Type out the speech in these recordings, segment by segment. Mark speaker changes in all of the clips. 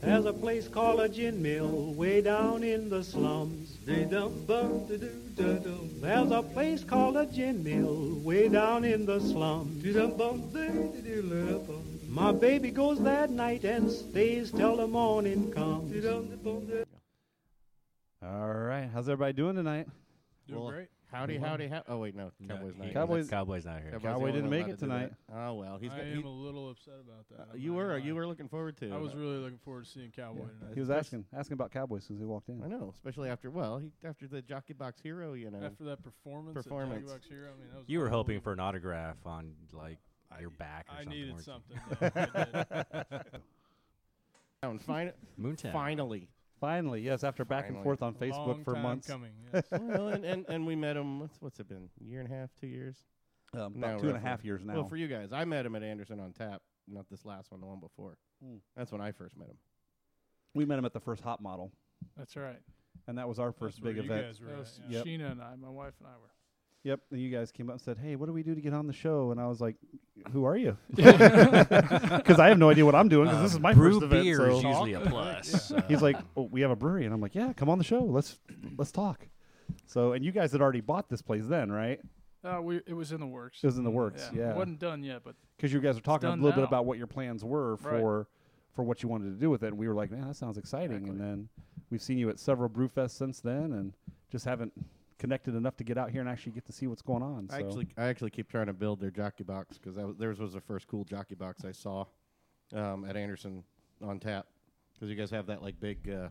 Speaker 1: There's a place called a gin mill way down in the slums. There's a place called a gin mill way down in the slums. My baby goes that night and stays till the morning comes.
Speaker 2: All right. How's everybody doing tonight?
Speaker 3: Doing
Speaker 4: Well,
Speaker 3: great.
Speaker 4: Howdy, howdy, howdy. Oh, wait, no.
Speaker 5: No,
Speaker 4: Cowboys
Speaker 5: he-
Speaker 4: not.
Speaker 2: Cowboys-
Speaker 5: Cowboys not here.
Speaker 4: Cowboys the
Speaker 2: Cowboy
Speaker 4: only
Speaker 2: didn't
Speaker 4: one
Speaker 2: make
Speaker 4: allowed
Speaker 2: it
Speaker 4: to do that.
Speaker 2: tonight.
Speaker 4: Oh, well. He's
Speaker 3: I
Speaker 4: got,
Speaker 3: am
Speaker 4: he- Uh,
Speaker 3: a little upset about that. I'm
Speaker 4: you
Speaker 3: not
Speaker 4: were
Speaker 3: gonna
Speaker 4: you
Speaker 3: lie.
Speaker 4: were looking forward to.
Speaker 3: I
Speaker 4: it.
Speaker 3: was really looking forward to seeing Cowboy tonight.
Speaker 2: He was asking asking about Cowboys since he walked
Speaker 4: I
Speaker 2: in.
Speaker 4: know, especially after well, he, after the Jockey Box Hero, you know.
Speaker 3: After that performance, at
Speaker 4: uh, Performance.
Speaker 3: Jaguars Hero, I mean, that was
Speaker 5: You were hoping
Speaker 3: unbelievable.
Speaker 5: for an autograph on like your back or
Speaker 3: I
Speaker 5: something.
Speaker 3: needed
Speaker 5: weren't you?
Speaker 3: something. yeah, I did.
Speaker 4: Down, fin-
Speaker 5: Moontown.
Speaker 4: finally.
Speaker 2: Finally, yes, after back and
Speaker 4: Finally.
Speaker 2: forth on Facebook
Speaker 3: Long
Speaker 2: for
Speaker 3: time
Speaker 2: months.
Speaker 3: Coming, yes.
Speaker 4: well, and, and and we met him. What's what's it been? A year and a half, two years.
Speaker 2: Um,
Speaker 4: Now
Speaker 2: about two and a half
Speaker 4: roughly.
Speaker 2: years now.
Speaker 4: Well, for you guys, I met him at Anderson on Tap. Not this last one, the one before.
Speaker 3: Hmm.
Speaker 2: Mm.
Speaker 4: That's when I first met him.
Speaker 2: we met him at the first Hot Model,
Speaker 3: That's right.
Speaker 2: and that was our first
Speaker 3: That's where
Speaker 2: big
Speaker 3: you
Speaker 2: event.
Speaker 3: guys were
Speaker 6: That
Speaker 3: at,
Speaker 6: was
Speaker 3: yeah.
Speaker 2: Yep.
Speaker 6: Sheena and I, my wife and I were.
Speaker 2: Yep. And you guys came up and said, "Hey, what do we do to get on the show?" And I was like, "Who are you?" Because I have no idea what I'm doing. Because this is
Speaker 3: Uh,
Speaker 2: my
Speaker 5: brew
Speaker 2: first event.
Speaker 5: beer
Speaker 2: so-
Speaker 5: is usually a plus.
Speaker 2: He's like, oh, "We have a brewery," and I'm like, "Yeah, come on the show. Let's let's talk." So, and you guys had already bought this place then, right?
Speaker 6: Uh, we it was in the works.
Speaker 2: It was in the works,
Speaker 6: It
Speaker 2: yeah.
Speaker 6: wasn't done yet, but
Speaker 2: Because you guys were talking a
Speaker 6: done
Speaker 2: little bit
Speaker 6: now.
Speaker 2: about what your plans were
Speaker 6: Right.
Speaker 2: for for what you wanted to do with it, and we were like, "Man, that sounds exciting." And then we've seen you at several brewfests since then, and just haven't connected enough to get out here and actually get to see what's going on. So.
Speaker 4: I actually I actually keep trying to build their jockey box because theirs was the first cool jockey box I saw um, at Anderson on tap because you guys have that like big uh,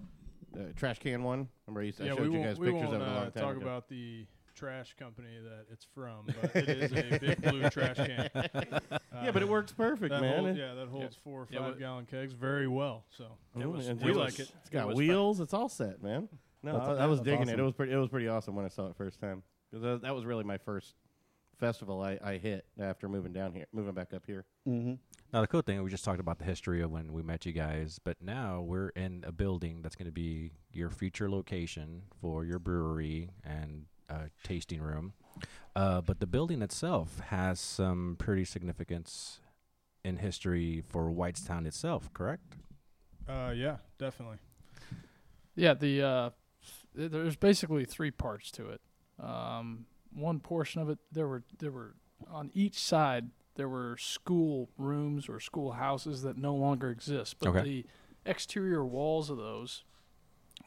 Speaker 4: uh, trash can one. Remember I, used to, I
Speaker 3: yeah, we
Speaker 4: showed you
Speaker 3: won't,
Speaker 4: guys
Speaker 3: we
Speaker 4: pictures
Speaker 3: won't
Speaker 4: of it a long
Speaker 3: uh,
Speaker 4: time
Speaker 3: talk
Speaker 4: ago.
Speaker 3: about the trash company that it's from, but it is a big blue trash can.
Speaker 4: yeah, but
Speaker 3: Uh,
Speaker 4: it works perfect,
Speaker 3: that
Speaker 4: man.
Speaker 3: Hold, yeah, that holds four or five
Speaker 6: Yeah, but-
Speaker 3: gallon kegs very well. So
Speaker 4: Ooh, and
Speaker 3: we
Speaker 4: it's-
Speaker 3: like it.
Speaker 4: It's got wheels. It's all set, man. No,
Speaker 2: That's-
Speaker 4: I, I was
Speaker 2: that's
Speaker 4: digging it. It
Speaker 2: awesome.
Speaker 4: was pretty. It was pretty awesome when I saw it first time because that, that was really my first festival I, I hit after moving down here, moving back up here.
Speaker 2: mm-hmm.
Speaker 5: now the cool thing we just talked about the history of when we met you guys, but now we're in a building that's going to be your future location for your brewery and uh, tasting room. Uh, but the building itself has some pretty significance in history for Whitestown itself, correct?
Speaker 3: Uh, yeah, definitely.
Speaker 6: yeah, the uh, th- there's basically three parts to it. Um, one portion of it, there were there were on each side there were school rooms or schoolhouses that no longer exist, but
Speaker 5: Okay.
Speaker 6: the exterior walls of those,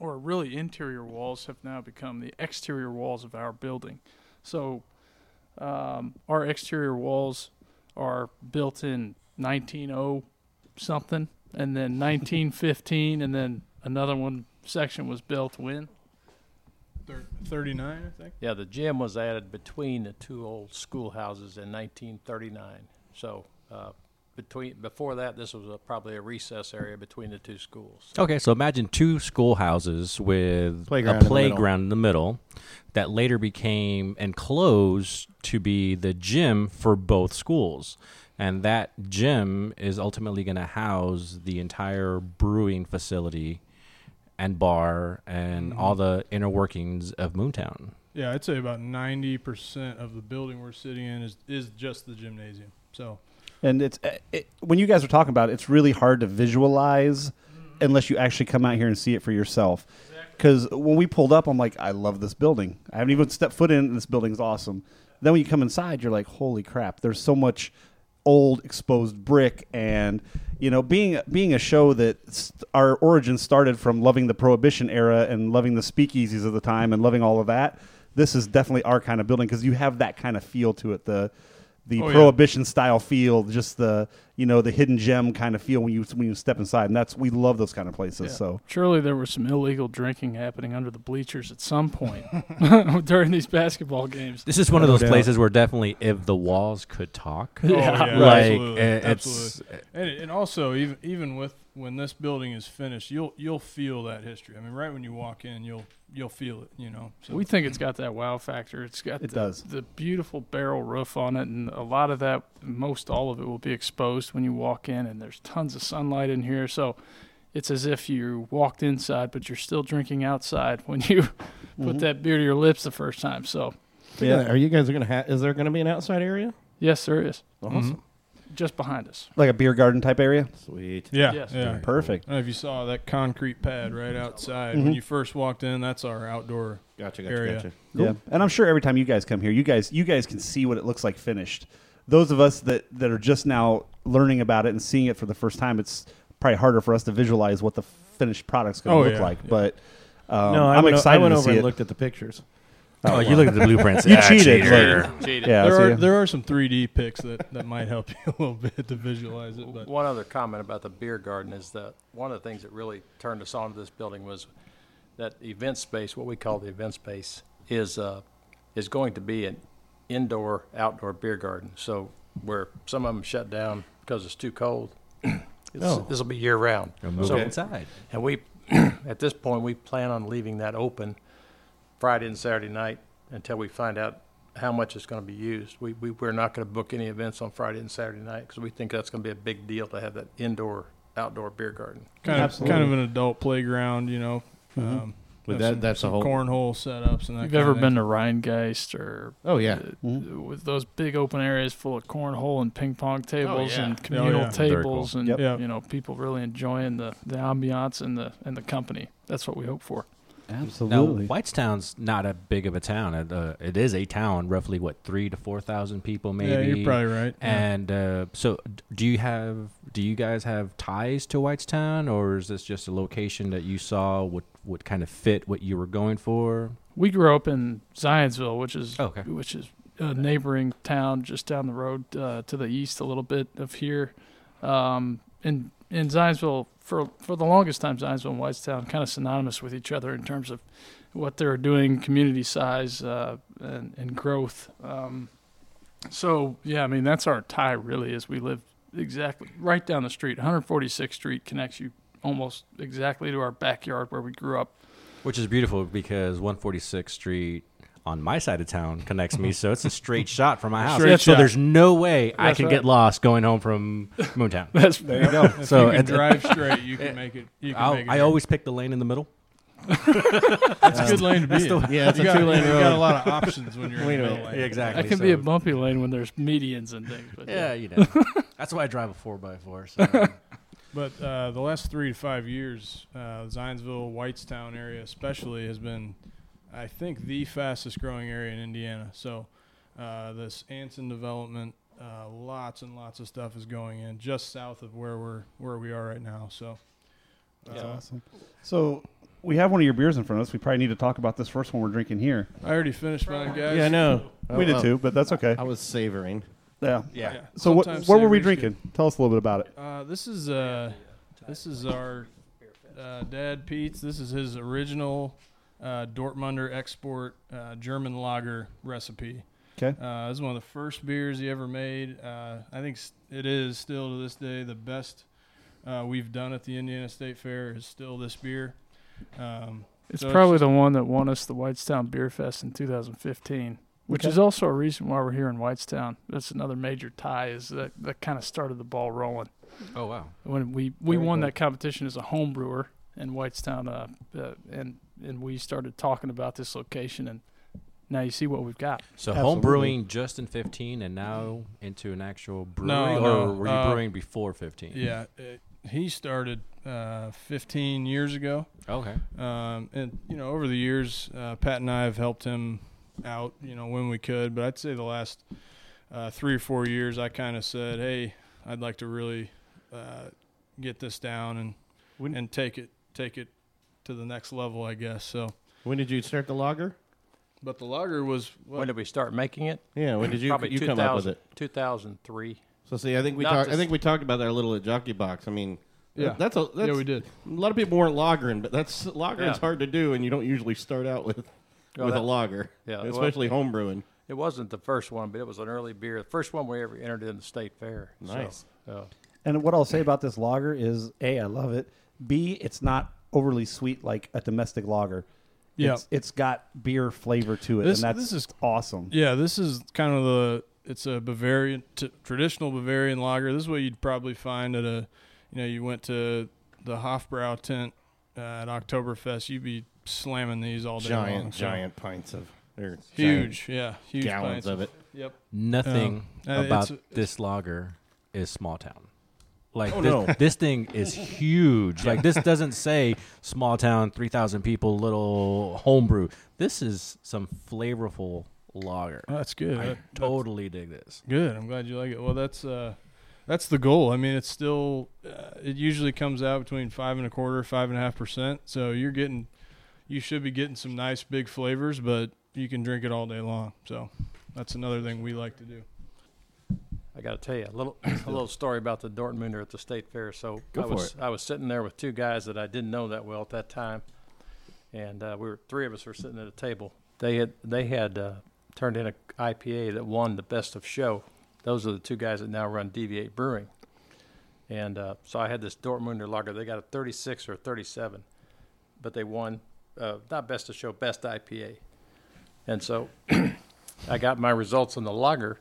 Speaker 6: or really interior walls, have now become the exterior walls of our building. So um, our exterior walls are built in 190 something, and then 1915, and then another one section was built when.
Speaker 3: Thir- Thirty-nine, I think.
Speaker 7: Yeah, the gym was added between the two old schoolhouses in 1939. So uh, between before that, this was a, probably a recess area between the two schools.
Speaker 5: Okay, so imagine two schoolhouses with
Speaker 4: Playground in
Speaker 5: a
Speaker 4: the middle.
Speaker 5: playground in the middle that later became enclosed to be the gym for both schools. And that gym is ultimately going to house the entire brewing facility and bar and all the inner workings of Moontown.
Speaker 3: Yeah, I'd say about ninety percent of the building we're sitting in is is just the gymnasium. So
Speaker 2: And it's uh, it, when you guys are talking about it, it's really hard to visualize unless you actually come out here and see it for yourself. Because when we pulled up, I'm like, I love this building. I haven't even stepped foot in. it, and This building's awesome. Then when you come inside, you're like, holy crap! There's so much old exposed brick and you know being being a show that st- our origin started from loving the prohibition era and loving the speakeasies of the time and loving all of that this is definitely our kind of building because you have that kind of feel to it the the
Speaker 3: Oh, yeah.
Speaker 2: prohibition style feel just the you know the hidden gem kind of feel when you when you step inside and that's we love those kind of places so
Speaker 6: Surely there was some illegal drinking happening under the bleachers at some point during these basketball games.
Speaker 5: This is one of
Speaker 2: No
Speaker 5: those
Speaker 2: doubt.
Speaker 5: places where definitely if the walls could talk.
Speaker 3: Oh, yeah,
Speaker 5: like
Speaker 3: absolutely,
Speaker 5: uh, it's
Speaker 3: absolutely. And, and also, even even with when this building is finished, you'll you'll feel that history. I mean, right when you walk in, you'll you'll feel it. You know, so
Speaker 6: We think it's got that wow factor. It's got
Speaker 2: It
Speaker 6: the,
Speaker 2: does.
Speaker 6: the beautiful barrel roof on it, and a lot of that, most all of it, will be exposed when you walk in. And there's tons of sunlight in here, so it's as if you walked inside, but you're still drinking outside when you
Speaker 2: Mm-hmm.
Speaker 6: put that beer to your lips the first time. So
Speaker 2: Yeah.
Speaker 4: Are you guys going to have? Is there going to be an outside area? Mm-hmm.
Speaker 6: yes, there is.
Speaker 4: Awesome.
Speaker 6: just behind us.
Speaker 2: Like a beer garden type area.
Speaker 4: Sweet.
Speaker 3: Yeah,
Speaker 6: Yes.
Speaker 3: yeah.
Speaker 2: Perfect.
Speaker 3: I don't know if you saw that concrete pad right outside
Speaker 6: Mm-hmm.
Speaker 3: when you first walked in. That's our outdoor.
Speaker 4: Gotcha, gotcha,
Speaker 3: Area.
Speaker 4: gotcha.
Speaker 2: Yeah. And I'm sure every time you guys come here, you guys you guys can see what it looks like finished. Those of us that that are just now learning about it and seeing it for the first time, it's probably harder for us to visualize what the finished product's going to
Speaker 3: Oh,
Speaker 2: look
Speaker 3: yeah,
Speaker 2: like.
Speaker 3: yeah.
Speaker 2: But um,
Speaker 4: no, I
Speaker 2: I'm
Speaker 4: went, o-
Speaker 2: excited
Speaker 4: I went
Speaker 2: to
Speaker 4: over
Speaker 2: see
Speaker 4: and
Speaker 2: it.
Speaker 4: looked at the pictures.
Speaker 8: Oh, you look at the blueprints.
Speaker 2: You
Speaker 8: Ah,
Speaker 2: cheated,
Speaker 8: cheater.
Speaker 7: Cheated.
Speaker 2: yeah,
Speaker 3: there
Speaker 2: so
Speaker 3: are
Speaker 2: yeah.
Speaker 3: there are some 3D pics that, that might help you a little bit to visualize it, but
Speaker 7: One other comment about the beer garden is that one of the things that really turned us on to this building was that event space, what we call the event space, is, uh, is going to be an indoor, outdoor beer garden. So where some of them shut down because it's too cold, it's- this'll be year round.
Speaker 5: Move
Speaker 7: So-
Speaker 5: inside.
Speaker 7: And we, at this point, we plan on leaving that open Friday and Saturday night until we find out how much it's going to be used. We, we, we're not going to book any events on Friday and Saturday night because we think that's going to be a big deal to have that indoor, outdoor beer garden.
Speaker 3: kind of
Speaker 2: Absolutely.
Speaker 3: kind of an adult playground, you know. Um,
Speaker 4: But
Speaker 3: have
Speaker 4: that-
Speaker 3: some,
Speaker 4: that's a
Speaker 3: some
Speaker 4: whole-
Speaker 3: cornhole setups and that.
Speaker 6: If you've
Speaker 3: kind
Speaker 6: ever
Speaker 3: of
Speaker 6: been to Rheingeist or
Speaker 4: Oh yeah,
Speaker 6: with those big open areas full of cornhole and ping pong tables
Speaker 7: yeah.
Speaker 6: and
Speaker 3: Oh,
Speaker 6: communal
Speaker 3: yeah.
Speaker 5: Very
Speaker 6: tables and
Speaker 2: Yep.
Speaker 3: Yeah.
Speaker 6: you know people really enjoying the the ambiance and the and the company. That's what we hope for.
Speaker 2: Absolutely.
Speaker 5: Now, Whitestown's not a big of a town. It, uh, it is a town, roughly what three to four thousand people, maybe.
Speaker 3: Yeah, you're probably right. yeah.
Speaker 5: And uh, so, d- do you have? Do you guys have ties to Whitestown, or is this just a location that you saw would would kind of fit what you were going for?
Speaker 6: We grew up in Zionsville, which is
Speaker 5: Oh, Okay.
Speaker 6: which is a neighboring town just down the road uh, to the east a little bit of here. Um, in in Zionsville, for for the longest time, Zionsville and Whitestown kind of synonymous with each other in terms of what they're doing, community size, uh, and, and growth. Um, so yeah, I mean that's our tie really. Is we live exactly right down the street. 146th Street connects you almost exactly to our backyard where we grew up.
Speaker 5: Which is beautiful because 146th Street on my side of town connects me, so it's a straight shot from my house.
Speaker 3: Straight
Speaker 5: so
Speaker 3: shot.
Speaker 5: there's no way I
Speaker 6: That's
Speaker 5: can
Speaker 6: right.
Speaker 5: get lost going home from Moontown.
Speaker 6: That's
Speaker 3: if
Speaker 5: so
Speaker 3: you can
Speaker 5: and-
Speaker 3: drive straight, you can make it. You can
Speaker 5: I'll-
Speaker 3: make it
Speaker 5: I
Speaker 3: there.
Speaker 5: always pick the lane in the middle.
Speaker 3: that's a good lane to be. in.
Speaker 4: yeah, it's
Speaker 3: you
Speaker 4: a
Speaker 3: got,
Speaker 4: two lane
Speaker 3: you
Speaker 4: road.
Speaker 3: got a lot of options when you're in the middle lane.
Speaker 5: exactly.
Speaker 6: That can be a bumpy lane when there's medians and things. But
Speaker 5: Yeah, you know. That's why I drive a four by four. So.
Speaker 3: But uh, the last three to five years, uh, Zionsville, Whitestown area especially has been, I think, the fastest growing area in Indiana. So uh, this Anson development, uh, lots and lots of stuff is going in just south of where we're where we are right now. So uh,
Speaker 2: That's awesome. So we have one of your beers in front of us. We probably need to talk about this first one we're drinking here.
Speaker 3: I already finished mine, guys.
Speaker 4: Yeah, I know.
Speaker 2: we
Speaker 4: Oh,
Speaker 2: did
Speaker 4: oh,
Speaker 2: too, but that's okay.
Speaker 4: I was savoring.
Speaker 2: yeah.
Speaker 5: yeah.
Speaker 2: So what,
Speaker 3: Sometimes
Speaker 2: what were we
Speaker 3: savory's good.
Speaker 2: drinking? Tell us a little bit about it.
Speaker 3: Uh, this is uh, this is our uh, dad Pete's. This is his original uh, Dortmunder export uh, German lager recipe.
Speaker 2: Okay.
Speaker 3: Uh, this is one of the first beers he ever made. Uh, I think s- it is still to this day the best uh, we've done at the Indiana State Fair is still this beer. Um,
Speaker 6: It's
Speaker 3: So it's
Speaker 6: probably the one that won us the Whitestown Beer Fest in 2015, which
Speaker 2: Okay.
Speaker 6: is also a reason why we're here in Whitestown. That's another major tie is that that kind of started the ball rolling
Speaker 5: Oh wow.
Speaker 6: when we we
Speaker 4: Very
Speaker 6: won
Speaker 4: cool.
Speaker 6: that competition as a home brewer in Whitestown, uh, uh, and and we started talking about this location, and now you see what we've got.
Speaker 5: So
Speaker 2: Absolutely.
Speaker 5: home brewing just in fifteen, and now into an actual brewery,
Speaker 3: No,
Speaker 5: or
Speaker 3: no,
Speaker 5: were you
Speaker 3: uh,
Speaker 5: brewing before fifteen?
Speaker 3: yeah, it, he started uh, 15 years ago.
Speaker 5: Okay.
Speaker 3: Um, and you know, over the years, uh, Pat and I have helped him out, you know, when we could. But I'd say the last uh, three or four years, I kind of said, "Hey, I'd like to really uh, get this down and
Speaker 4: When-
Speaker 3: and take it take it to the next level, I guess." So,
Speaker 4: When did you start the lager?
Speaker 3: but the lager was
Speaker 7: When
Speaker 3: what,
Speaker 7: did we start making it?
Speaker 4: Yeah, when did you
Speaker 7: Probably
Speaker 4: you come up with it?
Speaker 7: 2003.
Speaker 4: So see, I think we
Speaker 7: Not
Speaker 4: talked. I
Speaker 7: just-
Speaker 4: think we talked about that a little at Jockey Box. I mean,
Speaker 3: Yeah.
Speaker 4: that's a that's,
Speaker 3: yeah we did.
Speaker 4: A lot of people weren't lagering, but that's lager is
Speaker 7: Yeah.
Speaker 4: hard to do, and you don't usually start out with with a
Speaker 7: that-
Speaker 4: lager,
Speaker 7: yeah, well-
Speaker 4: especially home brewing.
Speaker 7: It wasn't the first one, but it was an early beer. The first one we ever entered in the state fair. So,
Speaker 4: Nice.
Speaker 7: uh,
Speaker 2: And what I'll say about this lager is A, I love it. B, it's not overly sweet like a domestic lager.
Speaker 3: Yeah.
Speaker 2: It's, it's got beer flavor to it,
Speaker 3: This-
Speaker 2: and that's
Speaker 3: this is-
Speaker 2: awesome.
Speaker 3: Yeah, this is kind of the it's a Bavarian t- traditional Bavarian lager. This is what you'd probably find at a you know you went to the Hofbrau tent uh, at Oktoberfest. You'd be slamming these all day long.
Speaker 4: Giant,
Speaker 3: So,
Speaker 4: giant pints of or
Speaker 3: huge, yeah, huge
Speaker 4: giant gallons
Speaker 3: pints
Speaker 4: of it.
Speaker 3: Yep.
Speaker 5: Nothing
Speaker 3: Um, uh,
Speaker 5: about
Speaker 3: it's-
Speaker 5: this lager is small town. Like
Speaker 4: Oh,
Speaker 5: this,
Speaker 4: no.
Speaker 5: this thing is huge. Like this doesn't say small town, three thousand people, little homebrew. This is some flavorful lager.
Speaker 3: Oh, that's good.
Speaker 5: I
Speaker 3: That-
Speaker 5: totally dig this.
Speaker 3: Good. I'm glad you like it. Well, that's uh, that's the goal. I mean, it's still uh, it usually comes out between five and a quarter, five and a half percent. So you're getting, you should be getting some nice big flavors, but you can drink it all day long. So that's another thing we like to do.
Speaker 7: I got to tell you a little a little story about the Dortmunder at the state fair. So
Speaker 5: Go
Speaker 7: I
Speaker 5: for
Speaker 7: was I was sitting there with two guys that I didn't know that well at that time, and uh, we were three of us were sitting at a table. They had they had uh, turned in a IPA that won the best of show. Those are the two guys that now run Deviate Brewing, and uh, so I had this Dortmunder lager. They got a 36 or a 37, but they won uh, not best of show, best IPA, and so I got my results on the lager.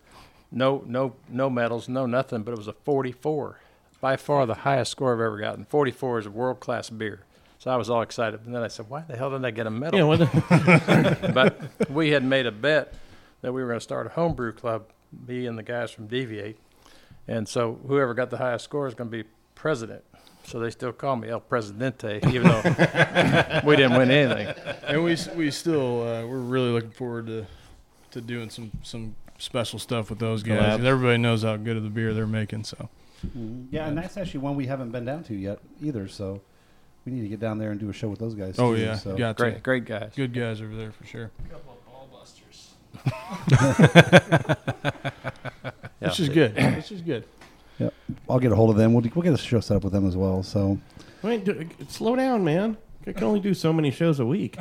Speaker 7: No, no, no medals, no nothing, but it was a 44. By far the highest score I've ever gotten. 44 is a world class beer. So I was all excited. And then I said, why the hell didn't I get a medal?
Speaker 8: Yeah, what the-
Speaker 7: but we had made a bet that we were going to start a homebrew club, me and the guys from Deviate. And so whoever got the highest score is going to be president. So they still call me El Presidente, even though we didn't win anything.
Speaker 3: And we s- we still uh, we're really looking forward to to doing some some special stuff with those guys. 'cause Everybody knows how good of the beer they're making. So
Speaker 2: Yeah, and that's actually one we haven't been down to yet either. So we need to get down there and do a show with those guys.
Speaker 3: oh
Speaker 2: too,
Speaker 3: yeah,
Speaker 2: so.
Speaker 3: got
Speaker 7: Great, great guys.
Speaker 3: Good guys over there for sure.
Speaker 7: Yeah.
Speaker 3: Which is good. Which is good.
Speaker 2: I'll get a hold of them. We'll, we'll get a show set up with them as well. So
Speaker 4: Wait, do, slow down, man. I can only do so many shows a week.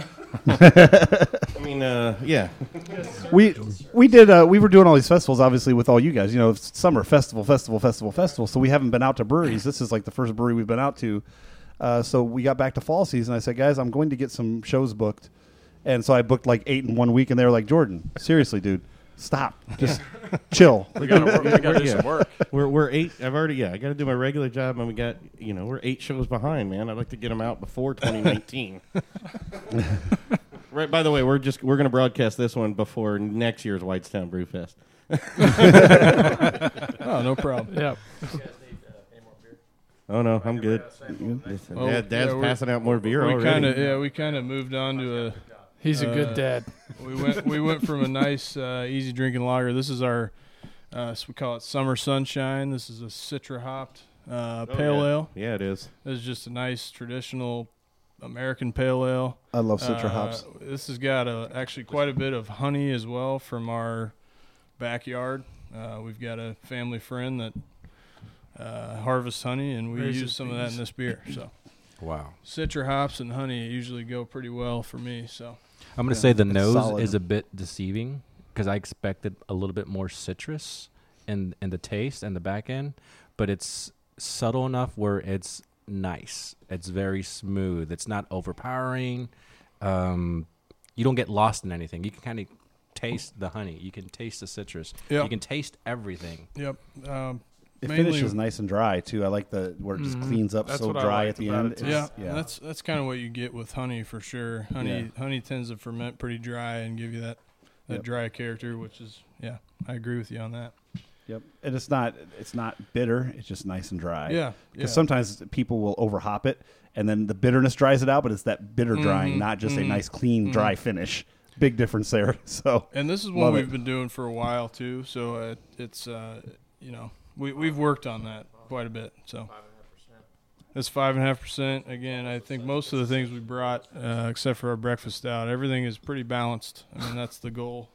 Speaker 4: I mean, uh, yeah.
Speaker 2: we we did uh, we were doing all these festivals obviously with all you guys. You know, it's summer festival, festival, festival, festival. So we haven't been out to breweries. This is like the first brewery we've been out to. Uh, so we got back to fall season. I said, guys, I'm going to get some shows booked, and so I booked like eight in one week, and they were like, Jordan, seriously, dude, stop, just chill.
Speaker 7: We got to do some work.
Speaker 4: We're we're eight. I've already yeah. I got to do my regular job, and we got you know we're eight shows behind, man. I'd like to get them out before 2019. right. By the way, we're just we're gonna broadcast this one before next year's Whitestown Brewfest.
Speaker 3: Oh no problem.
Speaker 6: Yeah.
Speaker 3: uh,
Speaker 4: Oh no, I'm good. Listen,
Speaker 3: Well,
Speaker 4: Dad, Dad's
Speaker 3: yeah, we're-
Speaker 4: passing out more beer
Speaker 3: we kind of
Speaker 4: already.
Speaker 3: yeah we kind of moved on to a
Speaker 6: He's a
Speaker 3: Uh,
Speaker 6: good dad.
Speaker 3: we went we went from a nice uh, easy drinking lager. This is our uh, s- we call it summer sunshine. This is a citra hopped uh, pale
Speaker 4: yeah.
Speaker 3: ale.
Speaker 4: Yeah, it is.
Speaker 3: This is just a nice traditional American pale ale.
Speaker 2: I love Citra
Speaker 3: Uh,
Speaker 2: hops.
Speaker 3: This has got a, actually quite a bit of honey as well from our backyard. Uh, we've got a family friend that uh, harvests honey, and we
Speaker 6: Raises
Speaker 3: use some of that in
Speaker 6: bees.
Speaker 3: this beer. So
Speaker 5: Wow.
Speaker 3: citra hops and honey usually go pretty well for me. So
Speaker 5: I'm gonna say the
Speaker 2: it's
Speaker 5: nose
Speaker 2: solid.
Speaker 5: is a bit deceiving because I expected a little bit more citrus in in the taste and the back end, but it's subtle enough where it's nice. It's very smooth. It's not overpowering. Um, you don't get lost in anything. You can kind of taste the honey. You can taste the citrus.
Speaker 3: Yeah.
Speaker 5: You can taste everything.
Speaker 3: yep. Um,
Speaker 2: It
Speaker 3: mainly-
Speaker 2: finishes nice and dry too. I like the where it just cleans up
Speaker 6: Mm-hmm. That's
Speaker 2: so
Speaker 6: what I
Speaker 2: dry at
Speaker 6: liked
Speaker 2: the
Speaker 6: about
Speaker 2: end.
Speaker 6: it, too.
Speaker 3: Yeah,
Speaker 2: It's- yeah.
Speaker 3: that's that's kind of what you get with honey for sure. Honey honey tends to ferment pretty dry and give you that that
Speaker 2: Yep.
Speaker 3: dry character, which is yeah, I agree with you on that.
Speaker 2: Yep. And it's not it's not bitter. It's just nice and dry.
Speaker 3: Yeah, yeah.
Speaker 2: Because sometimes people will overhop it, and then the bitterness dries it out. But it's that bitter drying,
Speaker 3: Mhm,
Speaker 2: not just a
Speaker 3: mhm,
Speaker 2: nice clean dry finish. Big difference there. So
Speaker 3: And this is
Speaker 2: Love
Speaker 3: one we've
Speaker 2: it.
Speaker 3: been doing for a while too, so uh, it's uh, you know we we've worked on that quite a bit. So it's five and a half percent. Again, I think most of the things we brought, uh, except for our breakfast out, everything is pretty balanced. I mean, that's the goal.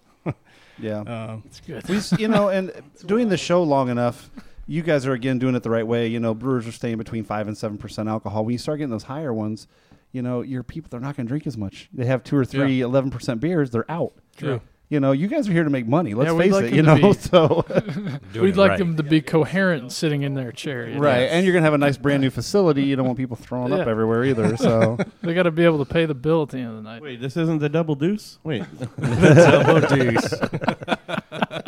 Speaker 2: yeah,
Speaker 3: Um,
Speaker 6: It's good.
Speaker 2: we s- you know, and doing the show long enough. You guys are again doing it the right way. You know, brewers are staying between five and seven percent alcohol. When you start getting those higher ones, you know, your people they're not going to drink as much. They have two or three
Speaker 3: Yeah.
Speaker 2: eleven percent beers. They're out.
Speaker 3: True.
Speaker 2: You know, you guys are here to make money. Let's
Speaker 6: Yeah, we'd
Speaker 2: face
Speaker 6: like
Speaker 2: it. You
Speaker 6: them to
Speaker 2: know,
Speaker 6: be-
Speaker 2: so
Speaker 6: We'd like them to be coherent sitting in their chair. you know?
Speaker 2: Right, and you're gonna have a nice brand new facility. You don't want people throwing up
Speaker 6: Yeah.
Speaker 2: everywhere either. So
Speaker 6: They got to be able to pay the bill at the end of the night.
Speaker 4: Wait, this isn't the double deuce. Wait,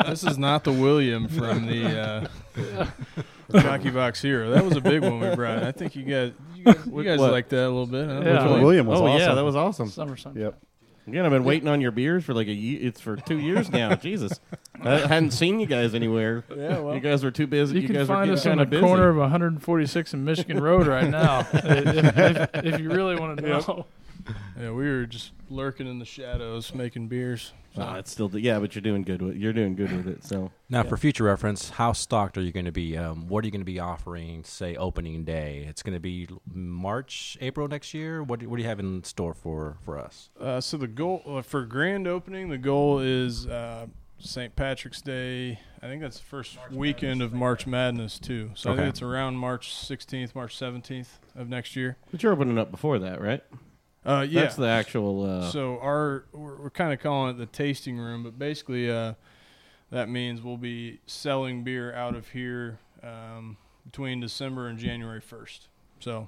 Speaker 3: This is not the William from the uh, Jockey Box Hero. That was a big one we brought. I think you guys, you guys, you guys
Speaker 4: What?
Speaker 3: like that a little bit. Huh?
Speaker 6: Yeah.
Speaker 3: Which one?
Speaker 2: William was
Speaker 4: oh
Speaker 2: awesome.
Speaker 4: yeah, that was awesome.
Speaker 6: Summer sun.
Speaker 2: Yep.
Speaker 4: Again, I've been waiting on your beers for like a year. It's for two years now. Jesus, I hadn't seen you guys anywhere.
Speaker 3: Yeah, well.
Speaker 4: you guys were too busy.
Speaker 6: You,
Speaker 4: You,
Speaker 6: can
Speaker 4: guys
Speaker 6: find
Speaker 4: were
Speaker 6: us on
Speaker 4: kind
Speaker 6: the
Speaker 4: of busy.
Speaker 6: corner of 146 and Michigan Road right now, if, if, if you really want to know.
Speaker 3: Yeah, we were just lurking in the shadows making beers. So,
Speaker 4: Ah, it's still yeah, but you're doing good with you're doing good with it. So
Speaker 5: Now, for future reference, how stocked are you going to be? Um, what are you going to be offering, say, opening day? It's going to be March, April next year. What do, what do you have in store for, for us?
Speaker 3: uh, so the goal uh, for grand opening, the goal is uh, St. Patrick's Day. I think that's the first weekend of March Madness too. So I
Speaker 5: Okay.
Speaker 3: think it's around March 16th, March 17th of next year.
Speaker 4: but you're opening up before that, right?
Speaker 3: Uh, yeah.
Speaker 4: That's the actual. Uh,
Speaker 3: so our we're, we're kind of calling it the tasting room, but basically uh, that means we'll be selling beer out of here um, between December and January first. So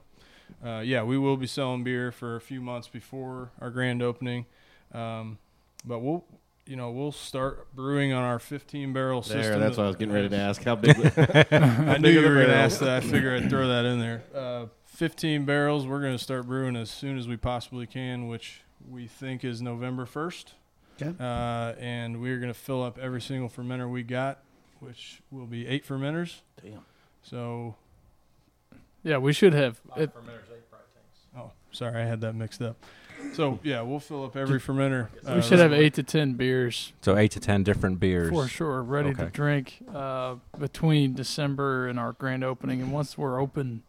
Speaker 3: uh, yeah, we will be selling beer for a few months before our grand opening, um, but we'll you know we'll start brewing on our 15 barrel
Speaker 4: there,
Speaker 3: system.
Speaker 4: that's
Speaker 3: that-
Speaker 4: what I was getting ready to ask. How big? the-
Speaker 3: I knew
Speaker 4: big
Speaker 3: you
Speaker 4: of the
Speaker 3: were going to
Speaker 4: barrel?
Speaker 3: ask that. I figured I'd throw that in there. Uh, 15 barrels. We're going to start brewing as soon as we possibly can, which we think is November 1st.
Speaker 2: Okay.
Speaker 3: Uh, and we're going to fill up every single fermenter we got, which will be eight fermenters.
Speaker 4: Damn.
Speaker 3: So,
Speaker 6: Yeah, we should have. It,
Speaker 3: oh, sorry, I had that mixed up. So, yeah, we'll fill up every fermenter. uh,
Speaker 6: we should have eight to ten beers
Speaker 5: So, eight to 10 different beers.
Speaker 6: for sure, ready to
Speaker 5: Okay.
Speaker 6: drink uh, between December and our grand opening. And once we're open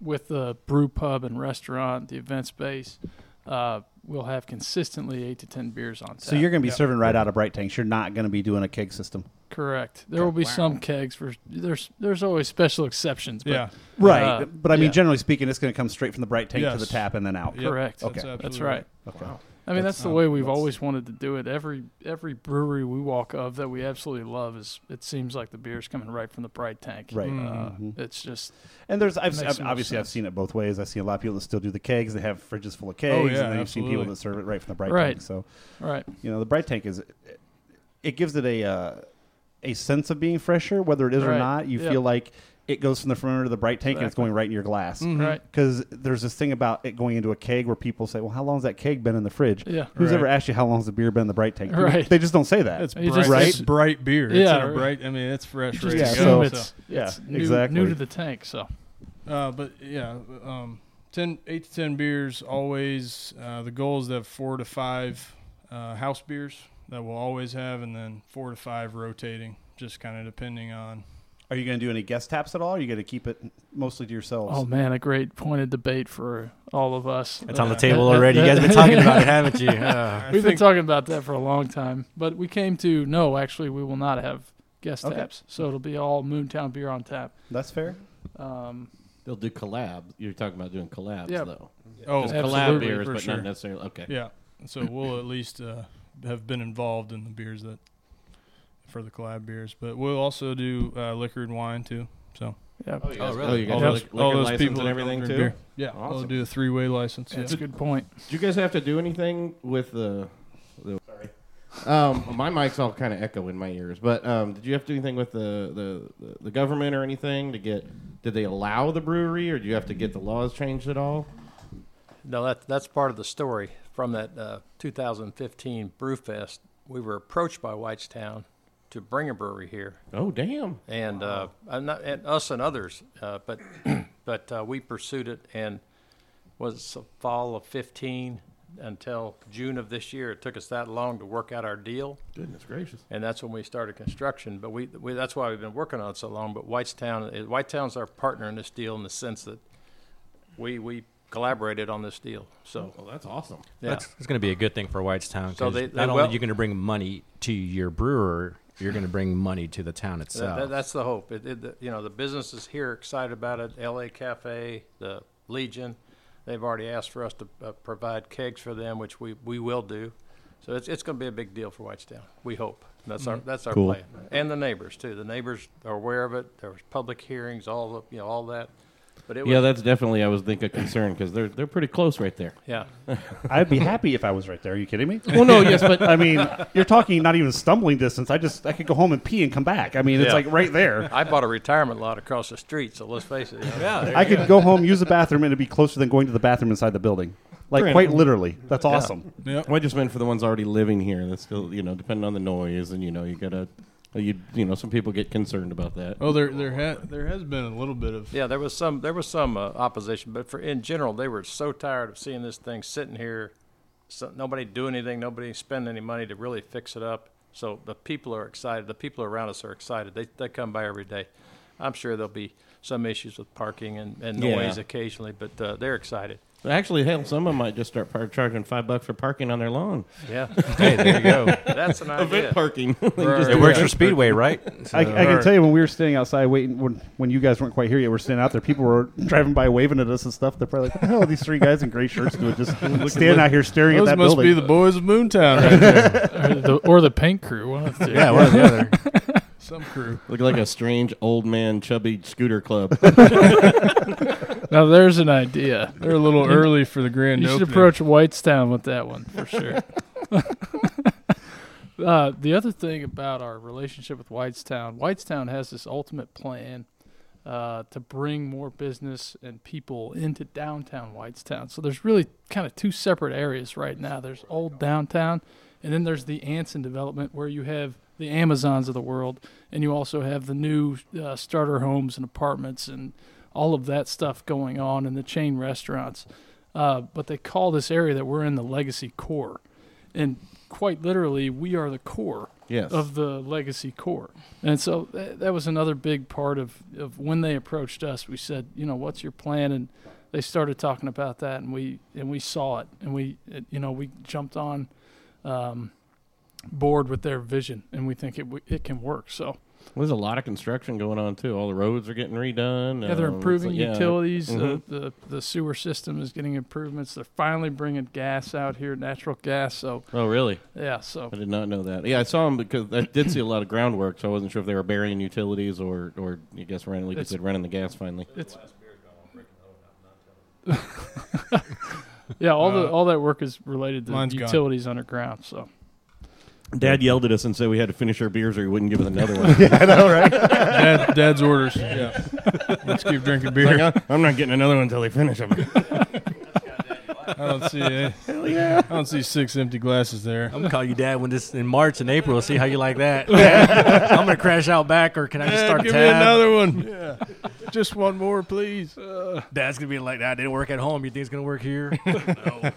Speaker 6: with the brew pub and restaurant, the event space, uh, we'll have consistently eight to ten beers on.
Speaker 2: So
Speaker 6: tap.
Speaker 2: you're going to be
Speaker 3: Yeah.
Speaker 2: serving right out of bright tanks. You're not going to be doing a keg system,
Speaker 6: correct. There will be some kegs for. There's there's always special exceptions. But
Speaker 3: Yeah.
Speaker 2: right?
Speaker 6: Uh,
Speaker 2: but I mean,
Speaker 6: yeah.
Speaker 2: generally speaking, it's going to come straight from the bright tank to the
Speaker 3: Yes.
Speaker 2: tap and then out.
Speaker 3: Yep,
Speaker 6: Correct.
Speaker 3: that's
Speaker 2: Okay.
Speaker 6: That's
Speaker 3: absolutely
Speaker 6: right.
Speaker 2: Okay.
Speaker 6: I mean,
Speaker 2: That's-
Speaker 6: that's the
Speaker 2: uh,
Speaker 6: way we've
Speaker 2: that's-
Speaker 6: always wanted to do it. Every every brewery we walk of that we absolutely love is it seems like the beer's coming right from the bright tank.
Speaker 2: Right.
Speaker 6: Uh,
Speaker 2: Mhm.
Speaker 6: It's just
Speaker 2: And there's I've,
Speaker 6: Makes
Speaker 2: I've-
Speaker 6: more
Speaker 2: obviously I've
Speaker 6: sense.
Speaker 2: seen it both ways. I see a lot of people that still do the kegs. They have fridges full of kegs,
Speaker 3: Oh, yeah,
Speaker 2: and then you've seen people
Speaker 3: absolutely.
Speaker 2: that serve it right from the bright
Speaker 6: Right.
Speaker 2: tank. So
Speaker 6: right.
Speaker 2: you know, the bright tank is it gives it a uh, a sense of being fresher, whether it is or
Speaker 6: Right.
Speaker 2: not. You
Speaker 6: Yeah.
Speaker 2: feel like it goes from the fermenter to the bright tank, and it's
Speaker 6: Exactly. Mm-hmm.
Speaker 2: going right in your glass.
Speaker 6: Right.
Speaker 2: Because there's this thing about it going into a keg where people say, "Well, how long's that keg been in the fridge?"
Speaker 6: Yeah.
Speaker 2: Who's
Speaker 3: Right.
Speaker 2: ever asked you how long's the beer been in the bright tank?
Speaker 6: Right.
Speaker 2: They just don't say that.
Speaker 3: It's
Speaker 6: You
Speaker 3: bright,
Speaker 6: just-
Speaker 3: it's
Speaker 2: Right?
Speaker 3: bright beer. It's
Speaker 6: Yeah,
Speaker 3: in a
Speaker 6: right.
Speaker 3: bright, I mean, it's fresh.
Speaker 6: Just
Speaker 3: ready to
Speaker 2: yeah,
Speaker 3: go,
Speaker 6: assume it's,
Speaker 2: yeah,
Speaker 6: it's new,
Speaker 2: exactly.
Speaker 6: new to the tank. So
Speaker 3: Uh, but yeah, um, 10, eight to 10 beers always. Uh, the goal is to have four to five uh, house beers that we'll always have, and then four to five rotating, just kind of depending on.
Speaker 2: Are you going to do any guest taps at all? Or are you going to keep it mostly to yourselves?
Speaker 3: Um,
Speaker 6: oh man, a great pointed debate for all of us.
Speaker 8: It's on the
Speaker 3: Uh,
Speaker 8: table
Speaker 6: that-
Speaker 8: already. You guys have been talking about it, haven't you? Uh,
Speaker 3: I
Speaker 6: We've been
Speaker 3: think-
Speaker 6: talking about that for a long time, but we came to no. Actually, we will not have guest
Speaker 2: Okay.
Speaker 6: taps, so it'll be all Moontown beer on tap.
Speaker 2: That's fair.
Speaker 6: Um,
Speaker 4: they'll do collabs. You're talking about doing collabs
Speaker 6: Yeah.
Speaker 4: though.
Speaker 3: oh,
Speaker 4: Just collab
Speaker 6: absolutely,
Speaker 4: beers,
Speaker 3: for
Speaker 4: but
Speaker 3: sure.
Speaker 4: not necessarily. Okay.
Speaker 3: yeah. So we'll at least uh, have been involved in the beers that for the collab beers, but we'll also do uh, liquor and wine too. So
Speaker 6: yeah,
Speaker 4: you
Speaker 5: Oh,
Speaker 4: guys-
Speaker 5: really?
Speaker 4: Oh, you guys
Speaker 3: all
Speaker 4: have
Speaker 3: those,
Speaker 4: liquor
Speaker 3: all those
Speaker 4: license
Speaker 3: people
Speaker 4: and
Speaker 3: that
Speaker 4: everything
Speaker 3: drink
Speaker 4: too.
Speaker 3: beer. Yeah, I'll
Speaker 4: Awesome.
Speaker 3: do a three-way license.
Speaker 6: that's
Speaker 3: yeah.
Speaker 6: a good point.
Speaker 4: Do you guys have to do anything with the? the Um, my mic's all kind of echo in my ears, but um, did you have to do anything with the, the, the government or anything to get? Did they allow the brewery, or do you have to get the laws changed at all?
Speaker 7: No, that, that's part of the story. From that uh, 2015 Brewfest, we were approached by Whitestown to bring a brewery here,
Speaker 4: Oh, damn!
Speaker 7: and, uh, and, not- and us and others, uh, but but uh, we pursued it and was the fall of 15 until June of this year. It took us that long to work out our deal.
Speaker 4: Goodness gracious!
Speaker 7: and that's when we started construction. But we, we that's why we've been working on it so long. But Whitestown, eh, Whitestown's our partner in this deal in the sense that we we collaborated on this deal.
Speaker 4: Oh,
Speaker 7: So
Speaker 4: Well, Mm. that's awesome.
Speaker 7: yeah,
Speaker 5: That's, that's going to be a good thing for Whitestown.
Speaker 7: So
Speaker 5: 'cause
Speaker 7: they-
Speaker 5: not
Speaker 7: they-
Speaker 5: only
Speaker 7: well-
Speaker 5: you're going to bring money to your brewer, you're going to bring money to the town
Speaker 7: That- that-
Speaker 5: itself.
Speaker 7: that's the hope. It, it, the- you know, the businesses here are excited about it. L.A. Cafe, the Legion, they've already asked for us to uh, provide kegs for them, which we, we will do. So it's it's going to be a big deal for Whitestown. We hope. That's our that's our
Speaker 4: Mm. Cool.
Speaker 7: plan, and the neighbors too. The neighbors are aware of it. There was public hearings, all the you know all that. But it
Speaker 4: Yeah,
Speaker 7: was,
Speaker 4: that's definitely I was thinking a concern because they're they're pretty close right there.
Speaker 7: yeah.
Speaker 2: I'd be happy if I was right there. Are you kidding me?
Speaker 4: Well, no, yes, but
Speaker 2: I mean, you're talking not even stumbling distance. I just I could go home and pee and come back. I mean, it's
Speaker 7: Yeah.
Speaker 2: like right there.
Speaker 7: I bought a retirement lot across the street, so let's face it. you know.
Speaker 5: yeah,
Speaker 2: I could go home, use the bathroom, and it'd be closer than going to the bathroom inside the building. Like quite literally. That's awesome.
Speaker 3: Yep.
Speaker 4: I just meant for the ones already living here. That's still, you know, depending on the noise, and you know, you gotta, you you know, some people get concerned about that.
Speaker 3: Oh, there there ha- there has been a little bit of
Speaker 7: Yeah, there was some there was some uh, opposition, but for in general, they were so tired of seeing this thing sitting here, so, nobody do anything, nobody spend any money to really fix it up. So the people are excited. The people around us are excited. They they come by every day. I'm sure there'll be some issues with parking and, and
Speaker 4: Yeah.
Speaker 7: noise occasionally, but uh, they're excited.
Speaker 4: Actually, hell, someone might just start par- charging five bucks for parking on their lawn.
Speaker 7: Yeah,
Speaker 5: Hey, there you go.
Speaker 7: that's an idea.
Speaker 4: Event parking. They
Speaker 7: Right.
Speaker 4: just
Speaker 5: It
Speaker 4: do
Speaker 5: works
Speaker 4: that.
Speaker 5: for Speedway, right?
Speaker 2: I, I can tell you when we were standing outside waiting when, when you guys weren't quite here yet, we're standing out there. People were driving by, waving at us and stuff. They're probably like, "What the hell are these three guys in gray shirts doing? Just standing out here staring at
Speaker 3: Those
Speaker 2: that
Speaker 3: must
Speaker 2: building."
Speaker 3: be the boys of Moontown right there.
Speaker 6: or, the, or the paint crew. One of the two.
Speaker 5: yeah, one or the other.
Speaker 3: some crew.
Speaker 4: Look like a strange old man, chubby scooter club.
Speaker 6: Now there's an idea.
Speaker 3: They're a little early for the grand
Speaker 6: You should
Speaker 3: opening.
Speaker 6: approach Whitestown with that one for sure. uh, the other thing about our relationship with Whitestown, Whitestown has this ultimate plan uh, to bring more business and people into downtown Whitestown. So there's really kind of two separate areas right now. There's old downtown, and then there's the Anson development where you have the Amazons of the world, and you also have the new uh, starter homes and apartments and all of that stuff going on, and the chain restaurants. Uh, but they call this area that we're in the legacy core. And quite literally, we are the core
Speaker 4: yes.
Speaker 6: of the legacy core. And so uh, that, that was another big part of, of when they approached us. We said, you know, what's your plan? And they started talking about that, and we and we saw it, and we it, you know we jumped on um, board with their vision, and we think it w- it can work. So
Speaker 4: There's a lot of construction going on too. All the roads are getting redone.
Speaker 6: yeah, they're
Speaker 4: um, it's
Speaker 6: improving
Speaker 4: like- yeah.
Speaker 6: utilities. Uh,
Speaker 4: Mhm.
Speaker 6: The, the the sewer system is getting improvements. They're finally bringing gas out here, natural gas. So
Speaker 4: Oh, really?
Speaker 6: yeah, so
Speaker 4: I did not know that. Yeah, I saw them because I did see a lot of groundwork, so I wasn't sure if they were burying utilities or, or I guess running, like you
Speaker 6: It's-
Speaker 4: said, running the gas finally.
Speaker 6: it's yeah, all the
Speaker 3: Uh,
Speaker 6: all that work is related to
Speaker 3: mine's gone.
Speaker 6: utilities underground. So
Speaker 4: Dad yelled at us and said we had to finish our beers or he wouldn't give us another one.
Speaker 3: Dad, Dad's orders. Yeah. Let's keep drinking beer.
Speaker 4: Like, I'm not getting another one until they finish them.
Speaker 3: I don't see. eh, I don't see six empty glasses there.
Speaker 8: I'm gonna call you dad when this in March and April. See how you like that. I'm gonna crash out back, or can I just
Speaker 3: Eh,
Speaker 8: start a
Speaker 3: give me
Speaker 8: tab?
Speaker 3: another one. Yeah. Just one more, please. Uh,
Speaker 8: Dad's gonna be like, "That didn't work at home. You think it's gonna work here?" no.